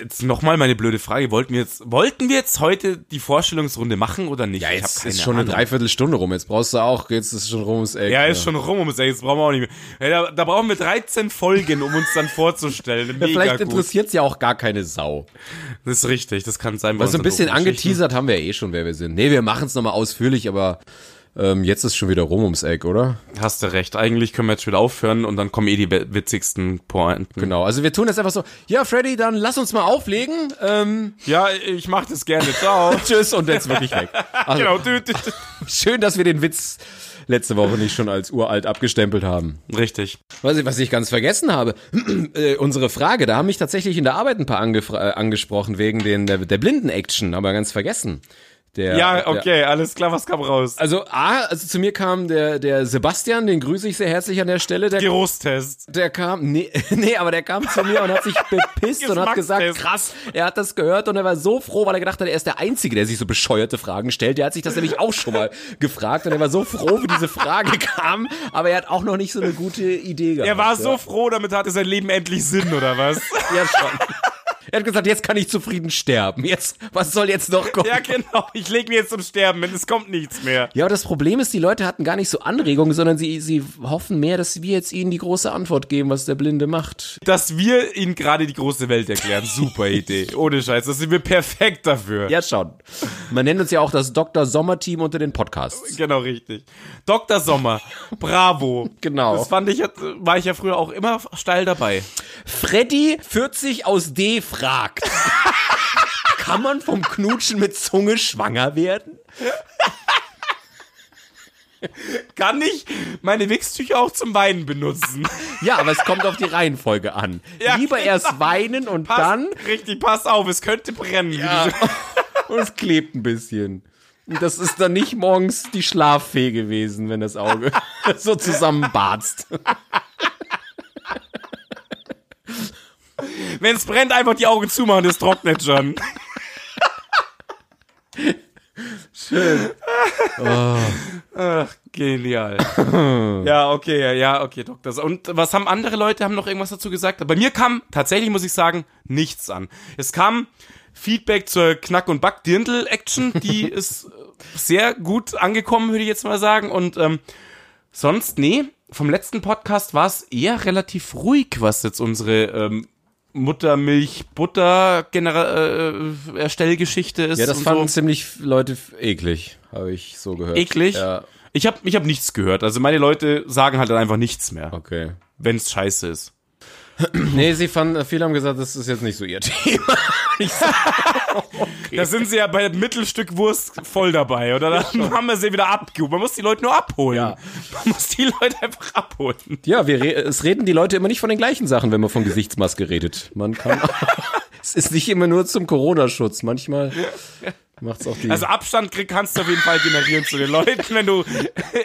Speaker 2: Jetzt nochmal meine blöde Frage. Wollten wir jetzt, wollten wir jetzt heute die Vorstellungsrunde machen oder nicht?
Speaker 1: Ja,
Speaker 2: Ich hab
Speaker 1: jetzt
Speaker 2: keine
Speaker 1: ist schon eine
Speaker 2: Ahnung.
Speaker 1: Dreiviertelstunde rum. Jetzt brauchst du auch, jetzt ist schon rum ums Eck.
Speaker 2: Ja, ist schon rum, um es jetzt brauchen wir auch nicht mehr. Ja, da, da brauchen wir 13 Folgen, um uns dann vorzustellen. Mega
Speaker 1: Vielleicht
Speaker 2: gut.
Speaker 1: interessiert's ja auch gar keine Sau.
Speaker 2: Das ist richtig, das kann sein. bei
Speaker 1: Also ein
Speaker 2: unseren
Speaker 1: bisschen
Speaker 2: doofen Geschichten.
Speaker 1: angeteasert haben wir ja eh schon, wer wir sind. Nee, wir machen's noch nochmal ausführlich, aber ähm, jetzt ist schon wieder rum ums Eck, oder?
Speaker 2: Hast du recht. Eigentlich können wir jetzt wieder aufhören und dann kommen eh die be- witzigsten Pointen.
Speaker 1: Genau, also wir tun das einfach so. Ja, Freddy, dann lass uns mal auflegen. Ähm,
Speaker 2: Ja, ich mach das gerne. Ciao.
Speaker 1: tschüss und jetzt wirklich weg. Also,
Speaker 2: genau. tü- tü- tü.
Speaker 1: Schön, dass wir den Witz letzte Woche nicht schon als uralt abgestempelt haben.
Speaker 2: Richtig.
Speaker 1: Was ich, was ich ganz vergessen habe, äh, unsere Frage, da haben mich tatsächlich in der Arbeit ein paar angefra- äh, angesprochen wegen den, der, der Blinden-Action, aber ganz vergessen. Der,
Speaker 2: Ja,
Speaker 1: Der,
Speaker 2: okay, alles klar, was kam raus?
Speaker 1: also A, also zu mir kam der, der Sebastian, den grüße ich sehr herzlich an der Stelle. Der,
Speaker 2: Gerusttest.
Speaker 1: der kam, nee, nee, aber der kam zu mir und hat sich bepisst und hat gesagt,
Speaker 2: Geschmackstest.
Speaker 1: krass, er hat das gehört und er war so froh, weil er gedacht hat, er ist der Einzige, der sich so bescheuerte Fragen stellt. Der hat sich das nämlich auch schon mal gefragt und er war so froh, wie diese Frage kam, aber er hat auch noch nicht so eine gute Idee gehabt.
Speaker 2: Er war
Speaker 1: ja.
Speaker 2: so froh, damit hatte sein Leben endlich Sinn, oder was?
Speaker 1: Ja, schon. Er hat gesagt, jetzt kann ich zufrieden sterben. Jetzt, was soll jetzt noch kommen?
Speaker 2: ja, genau. Ich leg mir jetzt zum Sterben hin, es kommt nichts mehr.
Speaker 1: Ja, aber das Problem ist, die Leute hatten gar nicht so Anregungen, sondern sie, sie hoffen mehr, dass wir jetzt ihnen die große Antwort geben, was der Blinde macht.
Speaker 2: Dass wir ihnen gerade die große Welt erklären. Super Idee. Ohne Scheiß. Das sind wir perfekt dafür.
Speaker 1: Ja, schon. Man nennt uns ja auch das Dr. Sommer-Team unter den Podcasts.
Speaker 2: Genau, richtig. Dr. Sommer. Bravo.
Speaker 1: Genau.
Speaker 2: Das fand ich, jetzt- war ich ja früher auch immer steil dabei.
Speaker 1: Freddy 40 aus D fragt. Kann man vom Knutschen mit Zunge schwanger werden?
Speaker 2: Kann ich meine Wichstücher auch zum Weinen benutzen?
Speaker 1: Ja, aber es kommt auf die Reihenfolge an.
Speaker 2: Ja,
Speaker 1: Lieber erst weinen und
Speaker 2: Pass,
Speaker 1: dann
Speaker 2: Richtig, pass auf, es könnte brennen. Ja.
Speaker 1: Und es klebt ein bisschen. Und das ist dann nicht morgens die Schlaffee gewesen, wenn das Auge so zusammenbarzt.
Speaker 2: Wenn es brennt, einfach die Augen zumachen, das trocknet schon. Ach, genial. ja, okay, ja, ja, okay, Doktor. Und was haben andere Leute, haben noch irgendwas dazu gesagt? Bei mir kam, tatsächlich muss ich sagen, nichts an. Es kam Feedback zur Knack- und Back-Dirndl-Action, die ist äh, sehr gut angekommen, würde ich jetzt mal sagen. Und ähm, sonst, nee, vom letzten Podcast war es eher relativ ruhig, was jetzt unsere ähm, Muttermilch-Butter-Erstellgeschichte äh, ist.
Speaker 1: Ja, das
Speaker 2: und
Speaker 1: fanden
Speaker 2: so.
Speaker 1: ziemlich Leute f- eklig, habe ich so gehört.
Speaker 2: Eklig?
Speaker 1: Ja,
Speaker 2: Ich habe ich hab nichts gehört. Also meine Leute sagen halt dann einfach nichts mehr,
Speaker 1: okay.
Speaker 2: wenn's scheiße ist.
Speaker 1: Nee, sie fanden, viele haben gesagt, das ist jetzt nicht so ihr Thema.
Speaker 2: Da sind sie ja bei Mittelstück Wurst voll dabei, oder? Dann haben wir sie wieder abgehoben. Man muss die Leute nur abholen.
Speaker 1: Ja.
Speaker 2: Man muss die Leute einfach abholen.
Speaker 1: Ja, wir re es reden die Leute immer nicht von den gleichen Sachen, wenn man von Gesichtsmaske redet. Man kann. es ist nicht immer nur zum Corona-Schutz. Manchmal macht's auch die.
Speaker 2: Also Abstand krieg- kannst du auf jeden Fall generieren zu den Leuten. Wenn du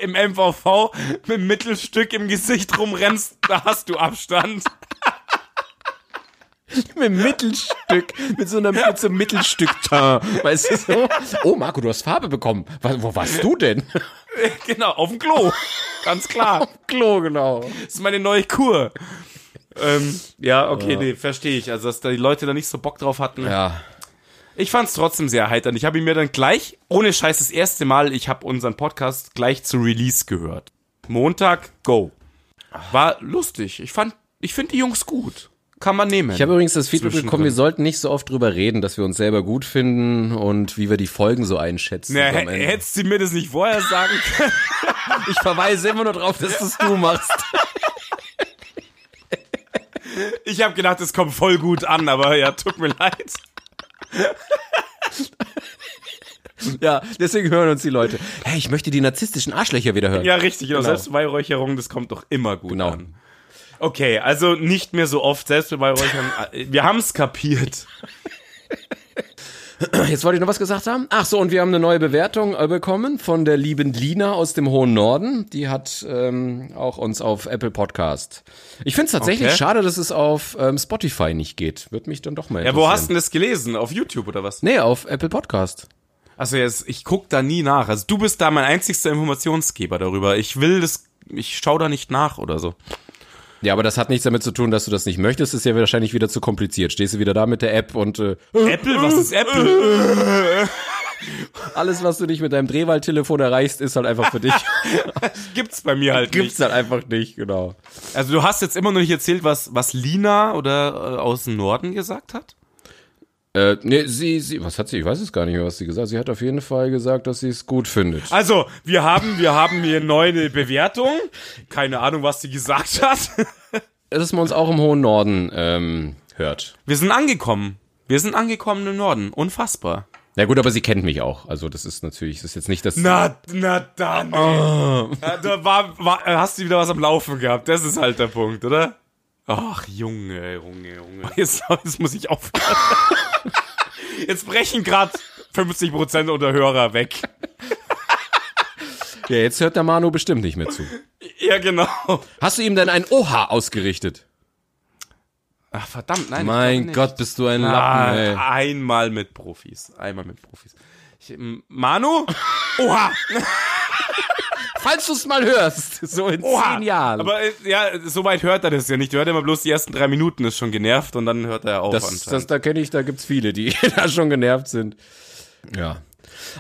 Speaker 2: im MVV mit dem Mittelstück im Gesicht rumrennst, da hast du Abstand.
Speaker 1: mit dem Mittelstück, mit so einem, mit so einem Mittelstück. Weißt du so? Oh, Marco, du hast Farbe bekommen. Wa- Wo warst du denn?
Speaker 2: Genau, auf dem Klo. Ganz klar.
Speaker 1: Klo, genau.
Speaker 2: Das ist meine neue Kur. Ähm, ja, okay, nee, verstehe ich. Also, dass da die Leute da nicht so Bock drauf hatten.
Speaker 1: Ja.
Speaker 2: Ich fand es trotzdem sehr heiternd. Ich habe ihn mir dann gleich, ohne Scheiß, das erste Mal, ich habe unseren Podcast gleich zu Release gehört. Montag, go. War lustig. Ich fand, ich finde die Jungs gut. Kann man nehmen.
Speaker 1: Ich habe übrigens das Feedback
Speaker 2: Zwischendrin.
Speaker 1: bekommen, wir sollten nicht so oft drüber reden, dass wir uns selber gut finden und wie wir die Folgen so einschätzen.
Speaker 2: Na,
Speaker 1: am
Speaker 2: hä-
Speaker 1: Ende.
Speaker 2: hättest du mir das nicht vorher sagen können?
Speaker 1: ich verweise immer nur darauf, dass das du machst.
Speaker 2: Ich habe gedacht, es kommt voll gut an, aber ja, tut mir leid.
Speaker 1: Ja, deswegen hören uns die Leute. Hey, ich möchte die narzisstischen Arschlöcher wieder hören.
Speaker 2: Ja, richtig. Genau.
Speaker 1: Genau.
Speaker 2: Selbstbeweihräucherung, das kommt doch immer gut
Speaker 1: Genau.
Speaker 2: an. Okay, also nicht mehr so oft Selbstbeweihräuchern. Wir haben es kapiert.
Speaker 1: Jetzt wollte ich noch was gesagt haben. Ach so, und wir haben eine neue Bewertung äh, bekommen von der lieben Lina aus dem hohen Norden. Die hat ähm, auch uns auf Apple Podcast. Ich finde es tatsächlich
Speaker 2: Okay.
Speaker 1: schade, dass es auf ähm, Spotify nicht geht. Wird mich dann doch mal
Speaker 2: Ja, wo
Speaker 1: interessieren.
Speaker 2: hast du denn das gelesen? Auf YouTube oder was?
Speaker 1: Nee, auf Apple Podcast.
Speaker 2: Also jetzt, ich guck da nie nach. Also du bist da mein einzigster Informationsgeber darüber. Ich will das, ich schau da nicht nach oder so.
Speaker 1: Ja, aber das hat nichts damit zu tun, dass du das nicht möchtest. Ist ja wahrscheinlich wieder zu kompliziert. Stehst du wieder da mit der App und äh,
Speaker 2: Apple, was ist Apple?
Speaker 1: alles, was du dich mit deinem Drehwahltelefon erreichst, ist halt einfach für dich.
Speaker 2: Gibt's bei mir halt
Speaker 1: Gibt's halt einfach nicht, genau.
Speaker 2: nicht. Also du hast jetzt immer noch nicht erzählt, was, was Lina oder äh, aus dem Norden gesagt hat?
Speaker 1: Äh, nee, sie, sie, was hat sie? Ich weiß es gar nicht mehr, was sie gesagt hat. Sie hat auf jeden Fall gesagt, dass sie es gut findet.
Speaker 2: Also, wir haben, wir haben hier neu eine Bewertung. Keine Ahnung, was sie gesagt hat.
Speaker 1: dass man uns auch im hohen Norden ähm, hört.
Speaker 2: Wir sind angekommen. Wir sind angekommen im Norden. Unfassbar.
Speaker 1: Na gut, aber sie kennt mich auch. Also das ist natürlich, das ist jetzt nicht das.
Speaker 2: Na, na dann. Ja, da war, war, äh, hast du wieder was am Laufen gehabt. Das ist halt der Punkt, oder? Ach, Junge, Junge, Junge. Jetzt, jetzt muss ich aufhören. Jetzt brechen gerade 50% unter Hörer weg.
Speaker 1: Ja, jetzt hört der Manu bestimmt nicht mehr zu.
Speaker 2: Ja, genau.
Speaker 1: Hast du ihm denn ein Oha ausgerichtet?
Speaker 2: Ach, verdammt, nein. ich glaube
Speaker 1: Mein
Speaker 2: nicht.
Speaker 1: Gott, bist du ein
Speaker 2: Ah,
Speaker 1: Lappen, ey.
Speaker 2: einmal mit Profis. Einmal mit Profis. Ich, ähm, Manu? Oha!
Speaker 1: Falls du es mal hörst, so in
Speaker 2: Oha!
Speaker 1: zehn Jahren.
Speaker 2: Aber äh, ja, so weit hört er das ja nicht. Hört immer bloß die ersten drei Minuten, ist schon genervt und dann hört er auf.
Speaker 1: das,
Speaker 2: anscheinend.
Speaker 1: das, da kenne ich, da gibt's viele, die da schon genervt sind. Ja.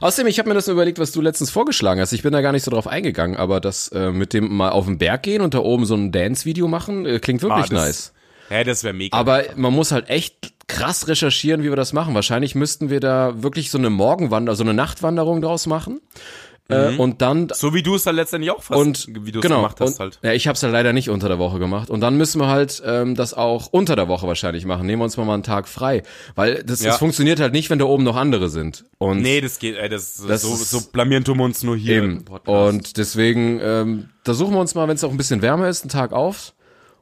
Speaker 1: Außerdem, ich habe mir das nur überlegt, was du letztens vorgeschlagen hast. Ich bin da gar nicht so drauf eingegangen, aber das äh, mit dem mal auf den Berg gehen und da oben so ein Dance-Video machen, äh, klingt
Speaker 2: Ah,
Speaker 1: wirklich
Speaker 2: das-
Speaker 1: nice.
Speaker 2: Ja, das wäre mega.
Speaker 1: Aber man muss halt echt krass recherchieren, wie wir das machen. Wahrscheinlich müssten wir da wirklich so eine Morgenwanderung, so eine Nachtwanderung draus machen. Äh,
Speaker 2: Mhm.
Speaker 1: und dann
Speaker 2: so wie du es dann letztendlich auch fast,
Speaker 1: und
Speaker 2: wie du es
Speaker 1: genau,
Speaker 2: gemacht hast
Speaker 1: und,
Speaker 2: halt.
Speaker 1: Ja, ich habe es ja leider nicht unter der Woche gemacht. Und dann müssen wir halt ähm, das auch unter der Woche wahrscheinlich machen. Nehmen wir uns mal, mal einen Tag frei, weil das,
Speaker 2: Ja.
Speaker 1: das funktioniert halt nicht, wenn da oben noch andere sind. Und
Speaker 2: Nee, das geht, ey, das,
Speaker 1: Das
Speaker 2: so,
Speaker 1: ist-
Speaker 2: so blamieren tun wir uns nur hier
Speaker 1: eben.
Speaker 2: im Podcast.
Speaker 1: Und deswegen, ähm, da suchen wir uns mal, wenn es auch ein bisschen wärmer ist, einen Tag auf.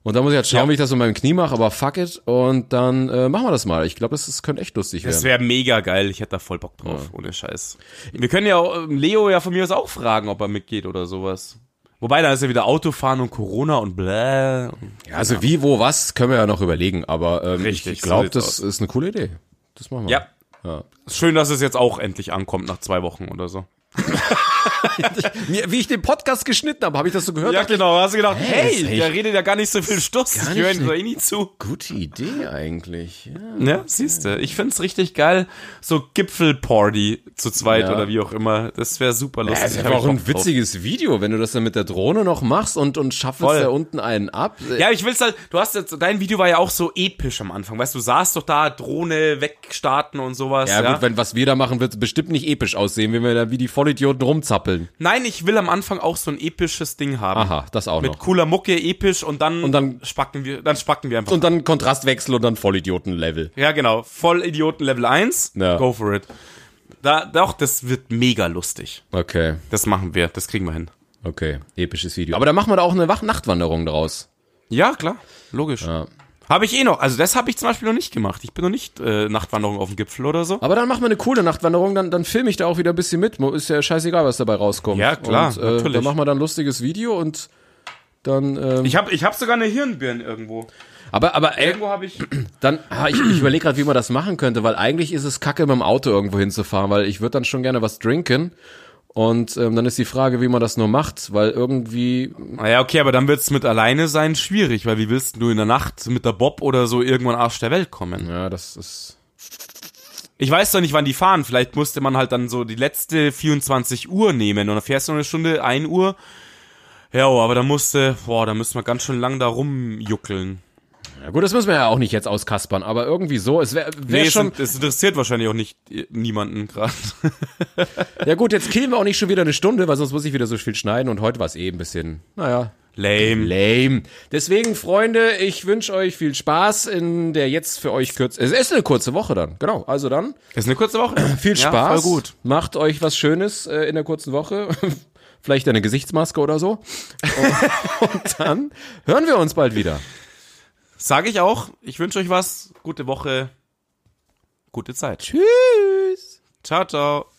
Speaker 1: Und dann muss ich halt schauen,
Speaker 2: Ja.
Speaker 1: wie ich das mit meinem Knie mache, aber fuck it. Und dann äh, machen wir das mal. Ich glaube, das, das könnte echt lustig werden.
Speaker 2: Das wäre mega geil, ich hätte da voll Bock drauf, ohne Scheiß. Wir können ja auch, ähm, Leo ja von mir aus auch fragen, ob er mitgeht oder sowas. Wobei, da ist ja wieder Autofahren und Corona und bläh.
Speaker 1: Ja, also wie, wo, was, können wir ja noch überlegen, aber ähm,
Speaker 2: Richtig,
Speaker 1: ich glaube,
Speaker 2: so sieht's
Speaker 1: das
Speaker 2: aus.
Speaker 1: ist eine coole Idee. Das machen wir.
Speaker 2: Ja.
Speaker 1: Ja.
Speaker 2: Schön, dass es jetzt auch endlich ankommt nach zwei Wochen oder so.
Speaker 1: Mir- Wie ich den Podcast geschnitten habe, habe ich das so gehört?
Speaker 2: Ja, genau. Hast du gedacht,
Speaker 1: Hey,
Speaker 2: hey,
Speaker 1: ist
Speaker 2: der
Speaker 1: echt-
Speaker 2: redet ja gar nicht so viel Stuss.
Speaker 1: gar
Speaker 2: Ich höre
Speaker 1: nicht
Speaker 2: ihm eh nie zu.
Speaker 1: Gute Idee eigentlich. Ja.
Speaker 2: Ja, siehst du. Ich find's richtig geil. So Gipfelparty zu zweit
Speaker 1: Ja.
Speaker 2: oder wie auch immer. Das wäre super lustig.
Speaker 1: Das ist
Speaker 2: Hab ich
Speaker 1: einfach
Speaker 2: Bock
Speaker 1: ein
Speaker 2: drauf.
Speaker 1: witziges Video, wenn du das dann mit der Drohne noch machst und, und schaffst
Speaker 2: Voll.
Speaker 1: da unten einen ab.
Speaker 2: Ja, ich will's halt, du hast jetzt, dein Video war ja auch so episch am Anfang, weißt du, du saßt doch da, Drohne wegstarten und sowas. Ja,
Speaker 1: Ja, gut, wenn was wir da machen, wird bestimmt nicht episch aussehen, wenn wir da wie die Vollidioten rumzappeln.
Speaker 2: Nein, ich will am Anfang auch so ein episches Ding haben.
Speaker 1: Aha, das auch
Speaker 2: Mit
Speaker 1: noch.
Speaker 2: cooler Mucke, episch und dann, und
Speaker 1: dann-
Speaker 2: spacken wir, dann spacken wir einfach.
Speaker 1: Und dann Kontrastwechsel und dann Vollidioten-Level.
Speaker 2: ja, genau. Voll Idioten Level 1.
Speaker 1: Ja.
Speaker 2: Go for it. Da, doch, das wird mega lustig.
Speaker 1: Okay,
Speaker 2: Das machen wir, das kriegen wir hin.
Speaker 1: okay. Episches Video. Aber dann machen wir da auch eine Wach Nachtwanderung draus.
Speaker 2: Ja, klar, logisch. Habe ich eh noch. Also das habe ich zum Beispiel noch nicht gemacht. Ich bin noch nicht äh, Nachtwanderung auf dem Gipfel oder so.
Speaker 1: Aber dann machen wir eine coole Nachtwanderung, dann, dann filme ich da auch wieder ein bisschen mit. Mo- Ist ja scheißegal, was dabei rauskommt.
Speaker 2: Ja, klar,
Speaker 1: und, äh,
Speaker 2: natürlich.
Speaker 1: Dann machen wir dann ein lustiges Video und dann. Ähm,
Speaker 2: Ich habe ich hab sogar eine Hirnbirne irgendwo.
Speaker 1: aber aber äh, ey,
Speaker 2: Irgendwo habe ich...
Speaker 1: dann, ah, ich, ich überlege gerade, wie man das machen könnte, weil eigentlich ist es kacke, mit dem Auto irgendwo hinzufahren, weil ich würde dann schon gerne was trinken. Und ähm, dann ist die Frage, wie man das nur macht, weil irgendwie.
Speaker 2: Naja, okay, aber dann wird's mit alleine sein schwierig, weil wie willst du in der Nacht mit der Bob oder so irgendwann Arsch der Welt kommen?
Speaker 1: Ja, das ist.
Speaker 2: Ich weiß doch nicht, wann die fahren. Vielleicht musste man halt dann so die letzte 24 Uhr nehmen und dann fährst du noch eine Stunde, 1 Uhr. Ja, oh, aber da musste, boah, da müssen wir ganz schön lang da rumjuckeln.
Speaker 1: Ja gut, das müssen wir ja auch nicht jetzt auskaspern, aber irgendwie so, es wäre wär
Speaker 2: Nee,
Speaker 1: schon.
Speaker 2: es, es interessiert wahrscheinlich auch nicht äh, niemanden gerade.
Speaker 1: Ja gut, jetzt killen wir auch nicht schon wieder eine Stunde, weil sonst muss ich wieder so viel schneiden und heute war es eh ein bisschen, naja,
Speaker 2: Lame.
Speaker 1: lame. Deswegen, Freunde, ich wünsche euch viel Spaß in der jetzt für euch kurz. Es ist eine kurze Woche dann, genau. Also dann,
Speaker 2: Ist eine kurze Woche.
Speaker 1: viel Spaß.
Speaker 2: Ja, voll gut.
Speaker 1: Macht euch was Schönes äh, in der kurzen Woche. Vielleicht eine Gesichtsmaske oder so. Und dann hören wir uns bald wieder.
Speaker 2: Sage ich auch. Ich wünsche euch was. Gute Woche. Gute Zeit.
Speaker 1: Tschüss.
Speaker 2: Ciao, ciao.